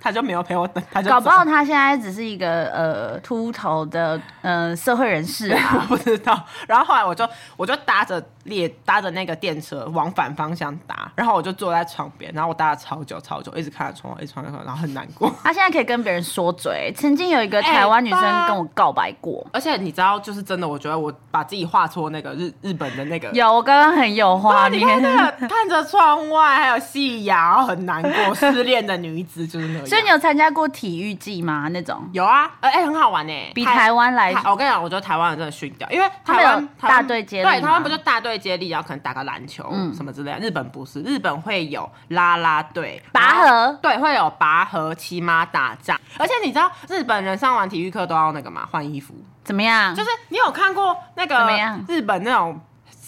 Speaker 2: 他就没有陪我等，他就
Speaker 1: 搞不
Speaker 2: 走
Speaker 1: 好他现在只是一个呃秃头的呃社会人士啊。
Speaker 2: 我不知道。然后后来我就我就搭着列搭着那个电车往反方向搭，然后我就坐在窗边，然后我搭了超久超久，一直看着窗外，一直看着窗外，然后很难过。
Speaker 1: 他现在可以跟别人说嘴。曾经有一个台湾女生
Speaker 2: 哎爸
Speaker 1: 跟我告白过，
Speaker 2: 而且你知道，就是真的，我觉得我把自己画错那个日日本的那个。
Speaker 1: 有我刚刚很有画
Speaker 2: 哎哇，你看
Speaker 1: 面。
Speaker 2: 那 个看着窗外还有夕阳，然后很难过，失恋的女子就是那样。
Speaker 1: 所以你有参加过体育季吗？那种
Speaker 2: 有啊，呃哎、很好玩呢、
Speaker 1: 比
Speaker 2: 台
Speaker 1: 台湾来
Speaker 2: 台哦我跟你讲，我觉得台湾人真的逊掉，因为
Speaker 1: 他们
Speaker 2: 台湾
Speaker 1: 有
Speaker 2: 台湾
Speaker 1: 大队接力
Speaker 2: 对，
Speaker 1: 吗嗯
Speaker 2: 台湾不就大队接力，然后可能打个篮球、什么之类的。日本不是，日本会有啦啦队、
Speaker 1: 拔河
Speaker 2: 然后对，会有拔河、骑马打仗。而且你知道，日本人上完体育课都要那个嘛，换衣服。
Speaker 1: 怎么样？
Speaker 2: 就是你有看过那
Speaker 1: 怎
Speaker 2: 个
Speaker 1: 么样
Speaker 2: 日本那种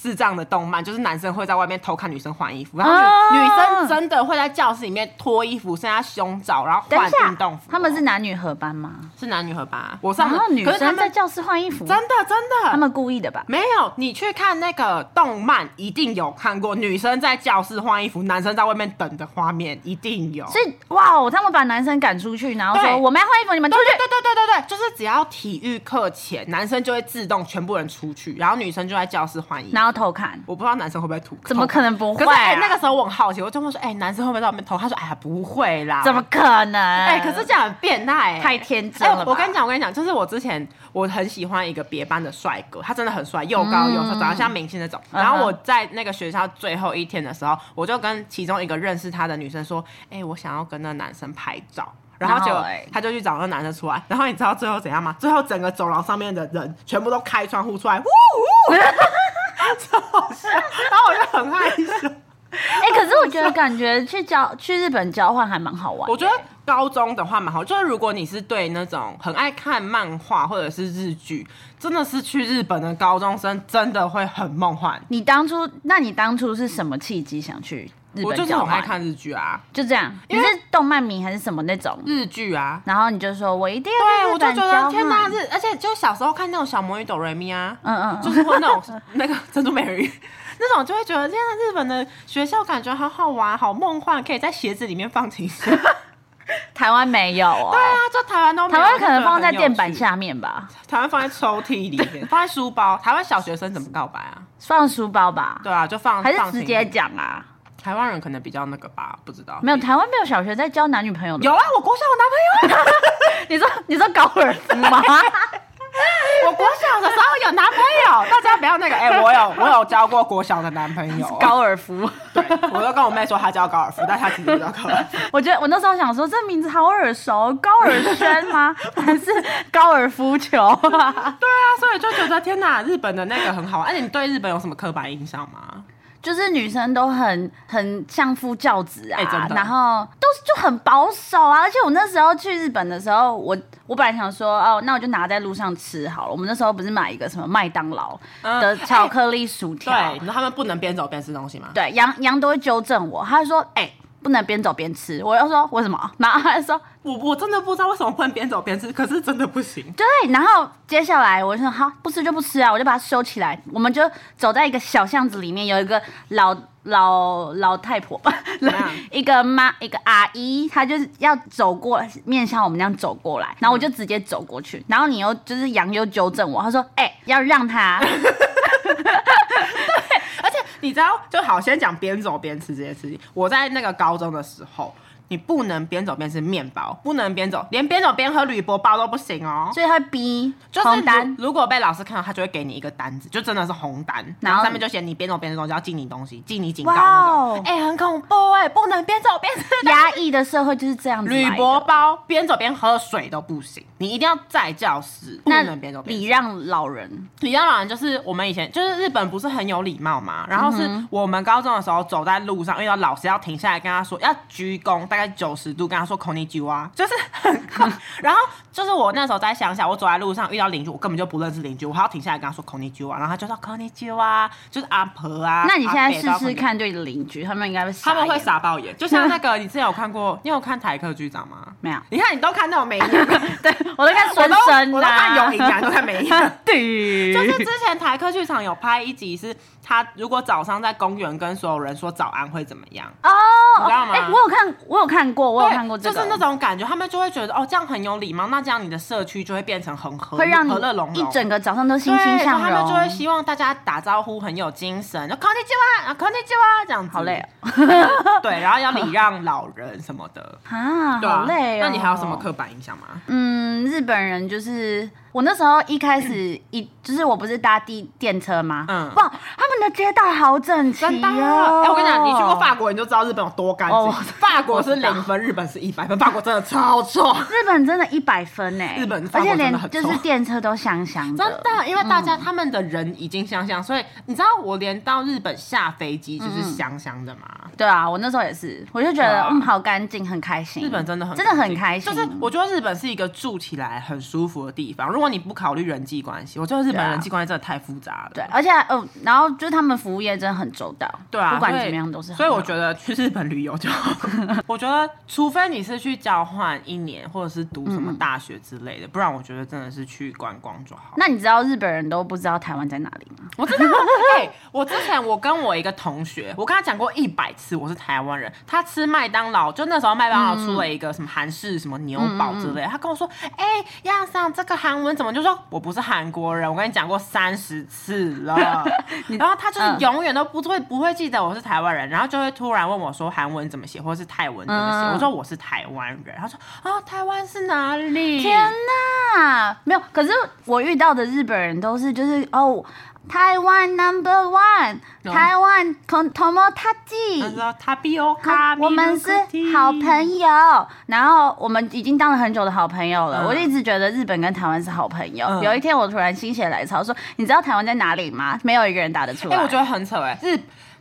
Speaker 2: 视障的动漫，就是男生会在外面偷看女生换衣服，然后女,、
Speaker 1: 哦
Speaker 2: 女生真的会在教室里面脱衣服，剩下胸罩，然后
Speaker 1: 等
Speaker 2: 换
Speaker 1: 一下
Speaker 2: 运动服哦。
Speaker 1: 他们是男女合班吗？
Speaker 2: 是男女合吧？我
Speaker 1: 然
Speaker 2: 上的
Speaker 1: 后女
Speaker 2: 可是他
Speaker 1: 生在
Speaker 2: 们
Speaker 1: 教室换衣服，
Speaker 2: 真的真的
Speaker 1: 他们故意的吧？
Speaker 2: 没有，你去看那个动漫，一定有看过女生在教室换衣服，男生在外面等的画面，一定有。
Speaker 1: 所以哇哦，他们把男生赶出去，然后说
Speaker 2: 对
Speaker 1: 我们要换衣服，你们出
Speaker 2: 对
Speaker 1: 去。
Speaker 2: 对对对对对，就是只要体育课前，男生就会自动全部人出去，然后女生就在教室换衣服。
Speaker 1: 然后偷看，
Speaker 2: 我不知道男生会不会吐，
Speaker 1: 怎么可能不会
Speaker 2: 可是哎、
Speaker 1: 啊
Speaker 2: 那个时候我很好奇，我就问说，哎、男生会不会在外面偷？他说，哎呀，不会啦。
Speaker 1: 怎么？可能？
Speaker 2: 哎、可是这样很变态、哎
Speaker 1: 太天真了吧
Speaker 2: 哎我跟你讲，我跟你讲，就是我之前我很喜欢一个别班的帅哥，他真的很帅，又高又瘦，长得像明星那种。然
Speaker 1: 嗯哼
Speaker 2: 后我在那个学校最后一天的时候，我就跟其中一个认识他的女生说：“哎、我想要跟那男生拍照。”然后
Speaker 1: 然后
Speaker 2: 结果
Speaker 1: 哎
Speaker 2: 他就去找那男生出来，然后你知道最后怎样吗？最后整个走廊上面的人全部都开窗户出来，呜呜，超好笑。然后我就很害羞。
Speaker 1: 哎、可是我觉得感觉去交去日本交换还蛮好玩。
Speaker 2: 我觉得高中的话蛮好，就是如果你是对那种很爱看漫画或者是日剧，真的是去日本的高中生真的会很梦幻。
Speaker 1: 你当初，那你当初是什么契机想去日
Speaker 2: 我就
Speaker 1: 本
Speaker 2: 是
Speaker 1: 交
Speaker 2: 很爱
Speaker 1: 换？
Speaker 2: 看日剧啊，
Speaker 1: 就这样，你
Speaker 2: 为
Speaker 1: 是动漫迷还是什么那种？
Speaker 2: 日剧啊。
Speaker 1: 然后你就说我一定要
Speaker 2: 对，
Speaker 1: 去
Speaker 2: 我
Speaker 1: 日
Speaker 2: 就
Speaker 1: 本
Speaker 2: 觉
Speaker 1: 交
Speaker 2: 得
Speaker 1: 换。
Speaker 2: 天哪，日而且就小时候看那种小魔女哆瑞咪啊，
Speaker 1: 嗯嗯，
Speaker 2: 就是会那种那个珍珠美人鱼 那种，就会觉得天哪，日本的学校感觉好好玩，好梦幻，可以在鞋子里面放琴 声。
Speaker 1: 台湾没有哦，
Speaker 2: 对啊，就台湾都没
Speaker 1: 台
Speaker 2: 有
Speaker 1: 湾可能放在
Speaker 2: 就觉得很有
Speaker 1: 垫板
Speaker 2: 趣
Speaker 1: 下面吧，
Speaker 2: 台湾放在抽屉里面，放在书包。台湾小学生怎么告白啊？
Speaker 1: 放书包吧，
Speaker 2: 对啊，就放
Speaker 1: 还是
Speaker 2: 放
Speaker 1: 直
Speaker 2: 情
Speaker 1: 接
Speaker 2: 侣
Speaker 1: 讲啊？
Speaker 2: 台湾人可能比较那个吧，不知道
Speaker 1: 没有，台湾没有小学在教男女朋友的。
Speaker 2: 有啊，我国小有男朋友啊，
Speaker 1: 你说你说高尔夫吗？
Speaker 2: 我国小的时候有男朋友， 大家不要那个哎、我有我有交过国小的男朋 友，
Speaker 1: 高尔夫，
Speaker 2: 对，我都跟我妹说她叫高尔夫，但她其实不叫高 尔夫，
Speaker 1: 我觉得我那时候想说这名字好耳熟，高尔轩吗？ 还是高尔夫球啊？
Speaker 2: 对啊，所以就觉得天哪，日本的那个很好玩，而且哎你对日本有什么刻板印象吗？
Speaker 1: 就是女生都很很相夫教子啊，
Speaker 2: 哎真的
Speaker 1: 然后都是就很保守啊。而且我那时候去日本的时候，我我本来想说哦，那我就拿在路上吃好了。我们那时候不是买一个什么麦当劳
Speaker 2: 嗯
Speaker 1: 的巧克力薯条，
Speaker 2: 对，你知道他们不能边走边吃东西吗？
Speaker 1: 对杨杨都会纠正我，他就说哎、不能边走边吃。我又说为什么？然后他就说
Speaker 2: 我我真的不知道为什么不能边走边吃，可是真的不行。
Speaker 1: 对，然后接下来我就说好，不吃就不吃啊，我就把它收起来。我们就走在一个小巷子里面，有一个老老老太婆吧，老
Speaker 2: 样
Speaker 1: 一个妈一个阿姨，她就是要走过面向我们这样走过来，然后我就直接走过去，然后你又就是杨又纠正我，他说哎、要让 她，
Speaker 2: 而且你知道，就好先讲边走边吃这件事情。我在那个高中的时候，你不能边走边吃面包，不能边走，连边走边喝铝箔包都不行哦。
Speaker 1: 所以她会逼
Speaker 2: 就是
Speaker 1: 红单
Speaker 2: 如，如果被老师看到，他就会给你一个单子，就真的是红单，
Speaker 1: 然后
Speaker 2: 然后上面就写你边走边吃东西要记你东西，记你警告
Speaker 1: 哇
Speaker 2: 那
Speaker 1: 哦哎
Speaker 2: 种。哎、很恐怖哎、不能边走边吃东西
Speaker 1: 压抑的社会就是这样子来
Speaker 2: 铝
Speaker 1: 的。
Speaker 2: 箔包，边走边喝水都不行，你一定要在教室，不
Speaker 1: 那
Speaker 2: 能边走边吃。
Speaker 1: 礼让老人，
Speaker 2: 礼让老人就是我们以前就是日本不是很有礼貌嘛，然后是
Speaker 1: 嗯
Speaker 2: 我们高中的时候走在路上遇到老师要停下来跟他说要鞠躬，大概九十度跟他说孔尼基哇，就是很 快。然后就是我那时候在乡下，我走在路上遇到邻居，我根本就不认识邻居，我还要停下来跟他说孔尼基哇，然后他就说孔尼基哇，就是阿婆啊。
Speaker 1: 那你现
Speaker 2: 阿
Speaker 1: 在
Speaker 2: 伯
Speaker 1: 试
Speaker 2: 都要
Speaker 1: 试
Speaker 2: 孔尼
Speaker 1: 看对你的邻居，他们应该会傻
Speaker 2: 他们会
Speaker 1: 眼
Speaker 2: 傻爆眼，就像那个你之前有看过，你有看台客局长吗？
Speaker 1: 没有？
Speaker 2: 你看你都看那种美 女，对
Speaker 1: 我在看孙生
Speaker 2: 我都看有影啊，你都看 美女。
Speaker 1: 对，
Speaker 2: 就是之前台客剧场有拍一集，是他如果早上在公园跟所有人说早安会怎么样？
Speaker 1: 哦，
Speaker 2: 你知道吗
Speaker 1: 哎、我有看，我有有看过，我有看过这个，
Speaker 2: 就是那种感觉，他们就会觉得哦，这样很有礼貌，那这样你的社区就会变成很和
Speaker 1: 会让你
Speaker 2: 和乐融融，
Speaker 1: 一整个早上都欣
Speaker 2: 对，
Speaker 1: 欣
Speaker 2: 所以
Speaker 1: 向
Speaker 2: 他们
Speaker 1: 荣
Speaker 2: 就。会希望大家打招呼很有精神，就 k o n n i c h 啊 k o n n i c 这样子
Speaker 1: 好累、
Speaker 2: 哦。 对，然后要礼让老人什么 的。
Speaker 1: 啊，
Speaker 2: 对啊
Speaker 1: 好累哦！
Speaker 2: 那你还有什么刻板印象吗？
Speaker 1: 嗯，日本人就是我那时候一开始一就是我不是搭地电车吗？
Speaker 2: 嗯
Speaker 1: 哇，他们的街道好整齐
Speaker 2: 真的
Speaker 1: 哦！
Speaker 2: 哎，我跟你讲，你去过法国你就知道日本有多干净
Speaker 1: 哦。
Speaker 2: 法国是零分，日本是一百分，法国真的超臭。
Speaker 1: 日本真的一百分呢，
Speaker 2: 日本法
Speaker 1: 而
Speaker 2: 国
Speaker 1: 且
Speaker 2: 真的
Speaker 1: 连
Speaker 2: 很
Speaker 1: 就是
Speaker 2: 臭
Speaker 1: 电车都香香
Speaker 2: 真的，因为大家他们的人已经香香，所以你知道我连到日本下飞机就是香香的嘛。
Speaker 1: 对啊，我那时候也是，我就觉
Speaker 2: 对
Speaker 1: 得
Speaker 2: 啊
Speaker 1: 嗯，好干净，很开心。
Speaker 2: 日本真的很
Speaker 1: 真的很
Speaker 2: 干净
Speaker 1: 开心，
Speaker 2: 就是我觉得日本是一个住起来很舒服的地方。如果你不考虑人际关系，我觉得日本
Speaker 1: 对啊
Speaker 2: 人际关系真的太复杂了。
Speaker 1: 对，而且嗯，然后就是他们服务业真的很周到，
Speaker 2: 对啊，
Speaker 1: 不管
Speaker 2: 所以
Speaker 1: 怎么样都是很好。
Speaker 2: 所以我觉得去日本旅游就， 我觉得除非你是去交换一年，或者是读
Speaker 1: 嗯
Speaker 2: 什么大学之类的，不然我觉得真的是去观光就好。
Speaker 1: 那你知道日本人都不知道台湾在哪里吗？
Speaker 2: 我知道，对我之前我跟我一个同学，我跟他讲过一百次我是台湾人，他吃麦当劳，就那时候麦当劳出了一个什么韩式什么牛堡之类
Speaker 1: 嗯
Speaker 2: 的，他跟我说，哎、亚上这个韩文怎么就说我不是韩国人，我跟你讲过三十次了， 然后他就是
Speaker 1: 嗯
Speaker 2: 永远都不会不会记得我是台湾人，然后就会突然问我说韩文怎么写，或是泰文怎么写，
Speaker 1: 嗯
Speaker 2: 我说我是台湾人，他说啊台湾是哪里？
Speaker 1: 天哪，没有。可是我遇到的日本人都是就是哦，台湾 number one，、
Speaker 2: 哦
Speaker 1: 台湾 con t o m o
Speaker 2: 他
Speaker 1: t
Speaker 2: 说他比欧卡，
Speaker 1: 我们是好
Speaker 2: 友。
Speaker 1: 朋友，然后我们已经当了很久的好朋友了。
Speaker 2: 嗯
Speaker 1: 我一直觉得日本跟台湾是好朋友。
Speaker 2: 嗯
Speaker 1: 有一天我突然心血来潮说：“你知道台湾在哪里吗？”没有一个人答得出来。
Speaker 2: 哎、我觉得很扯哎、日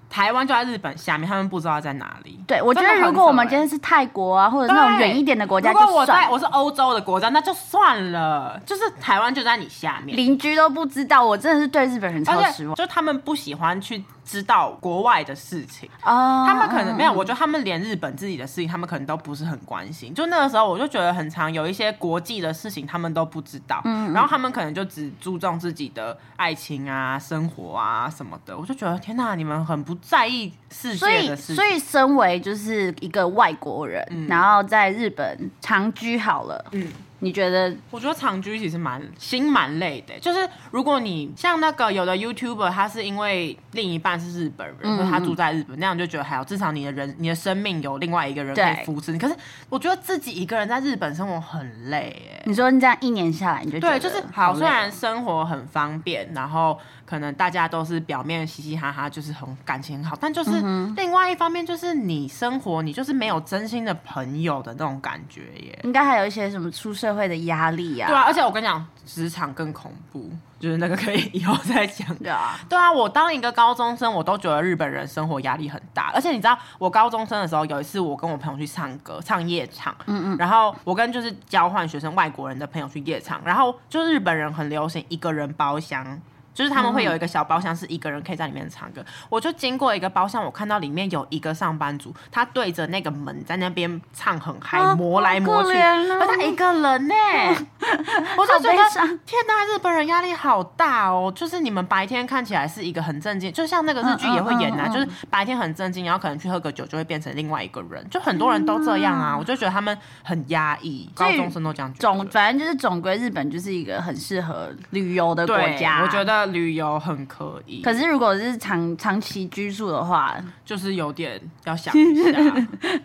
Speaker 2: 台湾就在日本下面，他们不知道在哪里。
Speaker 1: 对，我觉得
Speaker 2: 真的很
Speaker 1: 如果我们
Speaker 2: 扯欸
Speaker 1: 今天是泰国啊，或者那种远一点的国家，
Speaker 2: 如果
Speaker 1: 就
Speaker 2: 我在
Speaker 1: 算了
Speaker 2: 我是欧洲的国家，那就算了，就是台湾就在你下面，
Speaker 1: 邻居都不知道，我真的是对日本人超
Speaker 2: 而且哦
Speaker 1: 失望。
Speaker 2: 就他们不喜欢去知道国外的事情。
Speaker 1: 哦，
Speaker 2: 他们可能没有，我觉得他们连日本自己的事情，他们可能都不是很关心。就那个时候，我就觉得很常有一些国际的事情，他们都不知道。
Speaker 1: 嗯
Speaker 2: 然后他们可能就只注重自己的爱情啊、生活啊什么的。我就觉得天哪，你们很不在意世
Speaker 1: 所
Speaker 2: 界
Speaker 1: 以
Speaker 2: 的事情。嗯
Speaker 1: 所以身为就是一个外国人，然后在日本长居好了，嗯，你觉得
Speaker 2: 我觉得长居其实蛮心蛮累的，就是如果你像那个有的 YouTuber，他是因为另一半是日本人，所以他住在日本，那样就觉得还好，至少你的人你的生命有另外一个人可
Speaker 1: 对
Speaker 2: 以扶持你。可是我觉得自己一个人在日本生活很累，哎，
Speaker 1: 你说你这样一年下来，你就觉
Speaker 2: 对，
Speaker 1: 得
Speaker 2: 就是好，哦
Speaker 1: 累
Speaker 2: 虽然生活很方便，然后可能大家都是表面嘻嘻哈哈，就是很感情很好，但就是另外一方面就是你生活你就是没有真心的朋友的那种感觉耶。
Speaker 1: 应该还有一些什么出社会的压力啊，
Speaker 2: 对啊，而且我跟你讲，职场更恐怖，就是那个可以以后再讲。
Speaker 1: 对啊，
Speaker 2: 对啊，我当一个高中生，我都觉得日本人生活压力很大。而且你知道，我高中生的时候，有一次我跟我朋友去唱歌，唱夜场，嗯嗯，然后我跟就是交换学生外国人的朋友去夜场，然后就日本人很流行一个人包厢。就是他们
Speaker 1: 嗯
Speaker 2: 会有一个小包厢，是一个人可以在里面唱歌。我就经过一个包厢，我看到里面有一个上班族，他对着那个门在那边唱很嗨，
Speaker 1: 啊
Speaker 2: 磨来
Speaker 1: 好
Speaker 2: 磨
Speaker 1: 可
Speaker 2: 去，
Speaker 1: 怜哦
Speaker 2: 而他一个人呢、我就
Speaker 1: 好
Speaker 2: 觉
Speaker 1: 悲
Speaker 2: 得
Speaker 1: 伤。
Speaker 2: 天呐，日本人压力好大哦！就是你们白天看起来是一个很正经，就像那个日剧也会演啊，
Speaker 1: 嗯嗯嗯嗯
Speaker 2: 就是白天很正经，然后可能去喝个酒就会变成另外一个人，就很多人都这样啊。我就觉得他们很压抑，
Speaker 1: 嗯所
Speaker 2: 高
Speaker 1: 以
Speaker 2: 中生都这样觉
Speaker 1: 总
Speaker 2: 得。
Speaker 1: 反正就是总归日本就是一个很适合旅游的国
Speaker 2: 对
Speaker 1: 家，，
Speaker 2: 我觉。得旅游很可以，
Speaker 1: 可是如果是长长期居住的话，
Speaker 2: 就是有点要 想一下，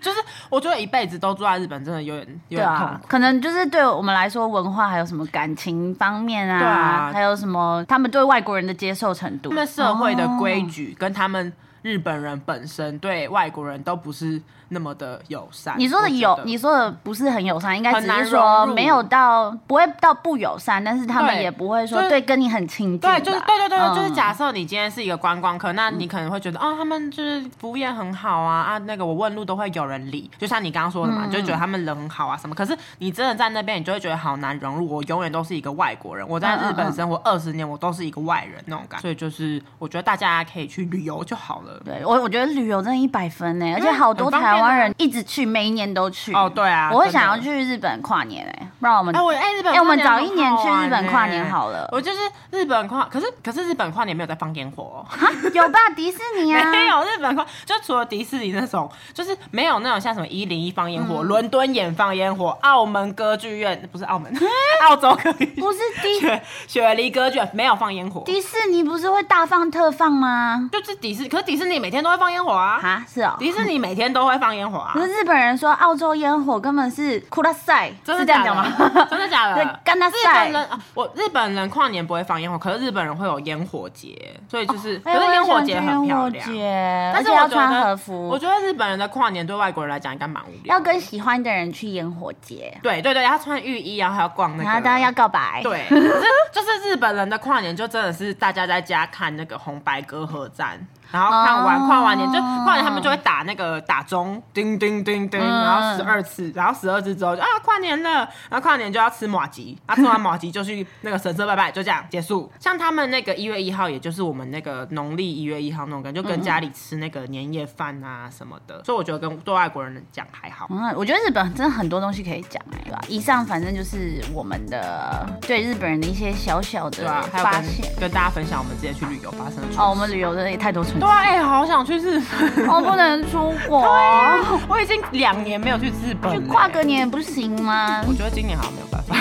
Speaker 2: 就是我觉得一辈子都住在日本，真的有点有
Speaker 1: 对
Speaker 2: 点痛
Speaker 1: 啊
Speaker 2: 苦。，
Speaker 1: 可能就是对我们来说，文化还有什么感情方面
Speaker 2: 对
Speaker 1: 啊，
Speaker 2: 啊
Speaker 1: 还有什么他们对外国人的接受程度
Speaker 2: 他，们社会的规矩跟他们日本人本身对外国人都不是那么的友善。
Speaker 1: 你说的
Speaker 2: 我觉
Speaker 1: 友
Speaker 2: 得，
Speaker 1: 你说的不是很友善，应该
Speaker 2: 很
Speaker 1: 只
Speaker 2: 难
Speaker 1: 是说
Speaker 2: 融入
Speaker 1: 没有到不会到不友善，但是他们
Speaker 2: 对
Speaker 1: 也不会说
Speaker 2: 就是
Speaker 1: 对跟你很亲近吧。
Speaker 2: 对，就是对对对，
Speaker 1: 嗯
Speaker 2: 就是假设你今天是一个观光客，那你可能会觉得，哦，他们就是服务业很好啊啊，那个我问路都会有人理，就像你刚刚说的嘛，你就觉得他们人很好啊什么。可是你真的在那边，你就会觉得好难融入。我永远都是一个外国人，我在
Speaker 1: 嗯嗯
Speaker 2: 日本生活二十年，我都是一个外人那种感觉。所以就是，我觉得大家可以去旅游就好了。
Speaker 1: 对我我觉得旅游真的一百分呢，而且好多
Speaker 2: 嗯很方啊
Speaker 1: 台台湾人一直去，每一年都去。
Speaker 2: 哦对啊
Speaker 1: 我会
Speaker 2: 真的
Speaker 1: 想要去日本跨年哎、不然我们
Speaker 2: 哎，我哎日本
Speaker 1: 哎我们
Speaker 2: 跨
Speaker 1: 早一
Speaker 2: 很
Speaker 1: 年
Speaker 2: 好
Speaker 1: 去日
Speaker 2: 玩
Speaker 1: 本跨
Speaker 2: 欸
Speaker 1: 年好了
Speaker 2: 我就是日本跨，可是可是日本跨年没有在放烟火哦、
Speaker 1: 啊有 吧？迪士尼啊，
Speaker 2: 没有日本跨，就除了迪士尼那种，就是没有那种像什么一零一放烟
Speaker 1: 嗯
Speaker 2: 火、伦、敦眼放烟火、澳门歌剧院不是澳门，
Speaker 1: 嗯
Speaker 2: 澳洲歌剧院
Speaker 1: 不是迪
Speaker 2: 雪雪梨歌剧院没有放烟火，
Speaker 1: 嗯迪士尼不是会大放特放吗？
Speaker 2: 就是迪士，可是迪士尼每天都会放烟火啊，
Speaker 1: 啊，是哦。
Speaker 2: 迪士尼每天都会放烟火啊
Speaker 1: 可，是日本人说澳洲烟火根本是库拉塞，
Speaker 2: 真的
Speaker 1: 是这样
Speaker 2: 假
Speaker 1: 讲吗？
Speaker 2: 的？真的假
Speaker 1: 对
Speaker 2: 的？
Speaker 1: 干他
Speaker 2: 日本人
Speaker 1: 赛。
Speaker 2: 啊，我日本人跨年不会放烟火，可是日本人会有烟火节，所以就是，
Speaker 1: 哎
Speaker 2: 可是
Speaker 1: 我
Speaker 2: 烟火
Speaker 1: 想去
Speaker 2: 节很漂
Speaker 1: 烟
Speaker 2: 亮
Speaker 1: 火。节
Speaker 2: 但
Speaker 1: 而
Speaker 2: 是
Speaker 1: 且
Speaker 2: 我
Speaker 1: 要
Speaker 2: 觉得
Speaker 1: 穿和服
Speaker 2: 我，觉得日本人的跨年对外国人来讲应该蛮无聊
Speaker 1: 要
Speaker 2: 的。
Speaker 1: 跟喜欢的人去烟火节，
Speaker 2: 对对对，要穿浴衣，然后还要逛那个。
Speaker 1: 然后当然要告白。
Speaker 2: 对，可是就是日本人的跨年就真的是大家在家看那个红白歌合战，然后看完、
Speaker 1: 哦
Speaker 2: 跨完年就跨完年他们就会打那个打钟，叮叮叮叮，
Speaker 1: 嗯
Speaker 2: 然后十二次，然后十二次之后就啊跨年了，然后跨年就要吃马吉，啊吃完马吉就去那个神社拜拜，就这样结束。像他们那个一月一号，也就是我们那个农历一月一号那种感觉，就跟家里吃那个年夜饭啊什么的，所以我觉得跟对外国人讲还好。
Speaker 1: 嗯，我觉得日本真的很多东西可以讲哎、对吧？以上反正就是我们的对日本人的一些小小的
Speaker 2: 对啊，还有
Speaker 1: 发现。
Speaker 2: 跟跟大家分享我们之前去旅游发生的
Speaker 1: 哦，
Speaker 2: 糗
Speaker 1: 我
Speaker 2: 事。
Speaker 1: 们旅游真的也太多蠢
Speaker 2: 对
Speaker 1: 事，
Speaker 2: 啊，哎、好想去日本。
Speaker 1: 哦，不能出国，
Speaker 2: 啊我已经两年没有去日本了、欸
Speaker 1: 跨个年也不行吗
Speaker 2: 我觉得今年好像没有办 法。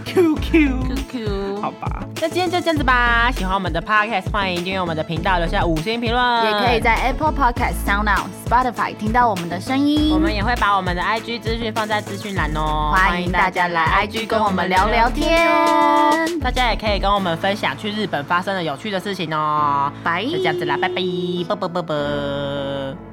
Speaker 2: QQ，
Speaker 1: ？QQ
Speaker 2: 好吧，那今天就这样子吧。喜欢我们的 Podcast，欢迎订阅我们的频道，留下五星评论，
Speaker 1: 也可以。在 Apple Podcast、Sound On、Spotify 听到我们的声音。
Speaker 2: 我们也会把我们的 IG 资讯放在资讯栏哦，
Speaker 1: 欢迎大家来 IG 跟我们聊聊。天，
Speaker 2: 大家也可以跟我们分享去日本发生的有趣的事情哦。
Speaker 1: 拜，
Speaker 2: 就这样子啦，拜拜，啵啵啵啵。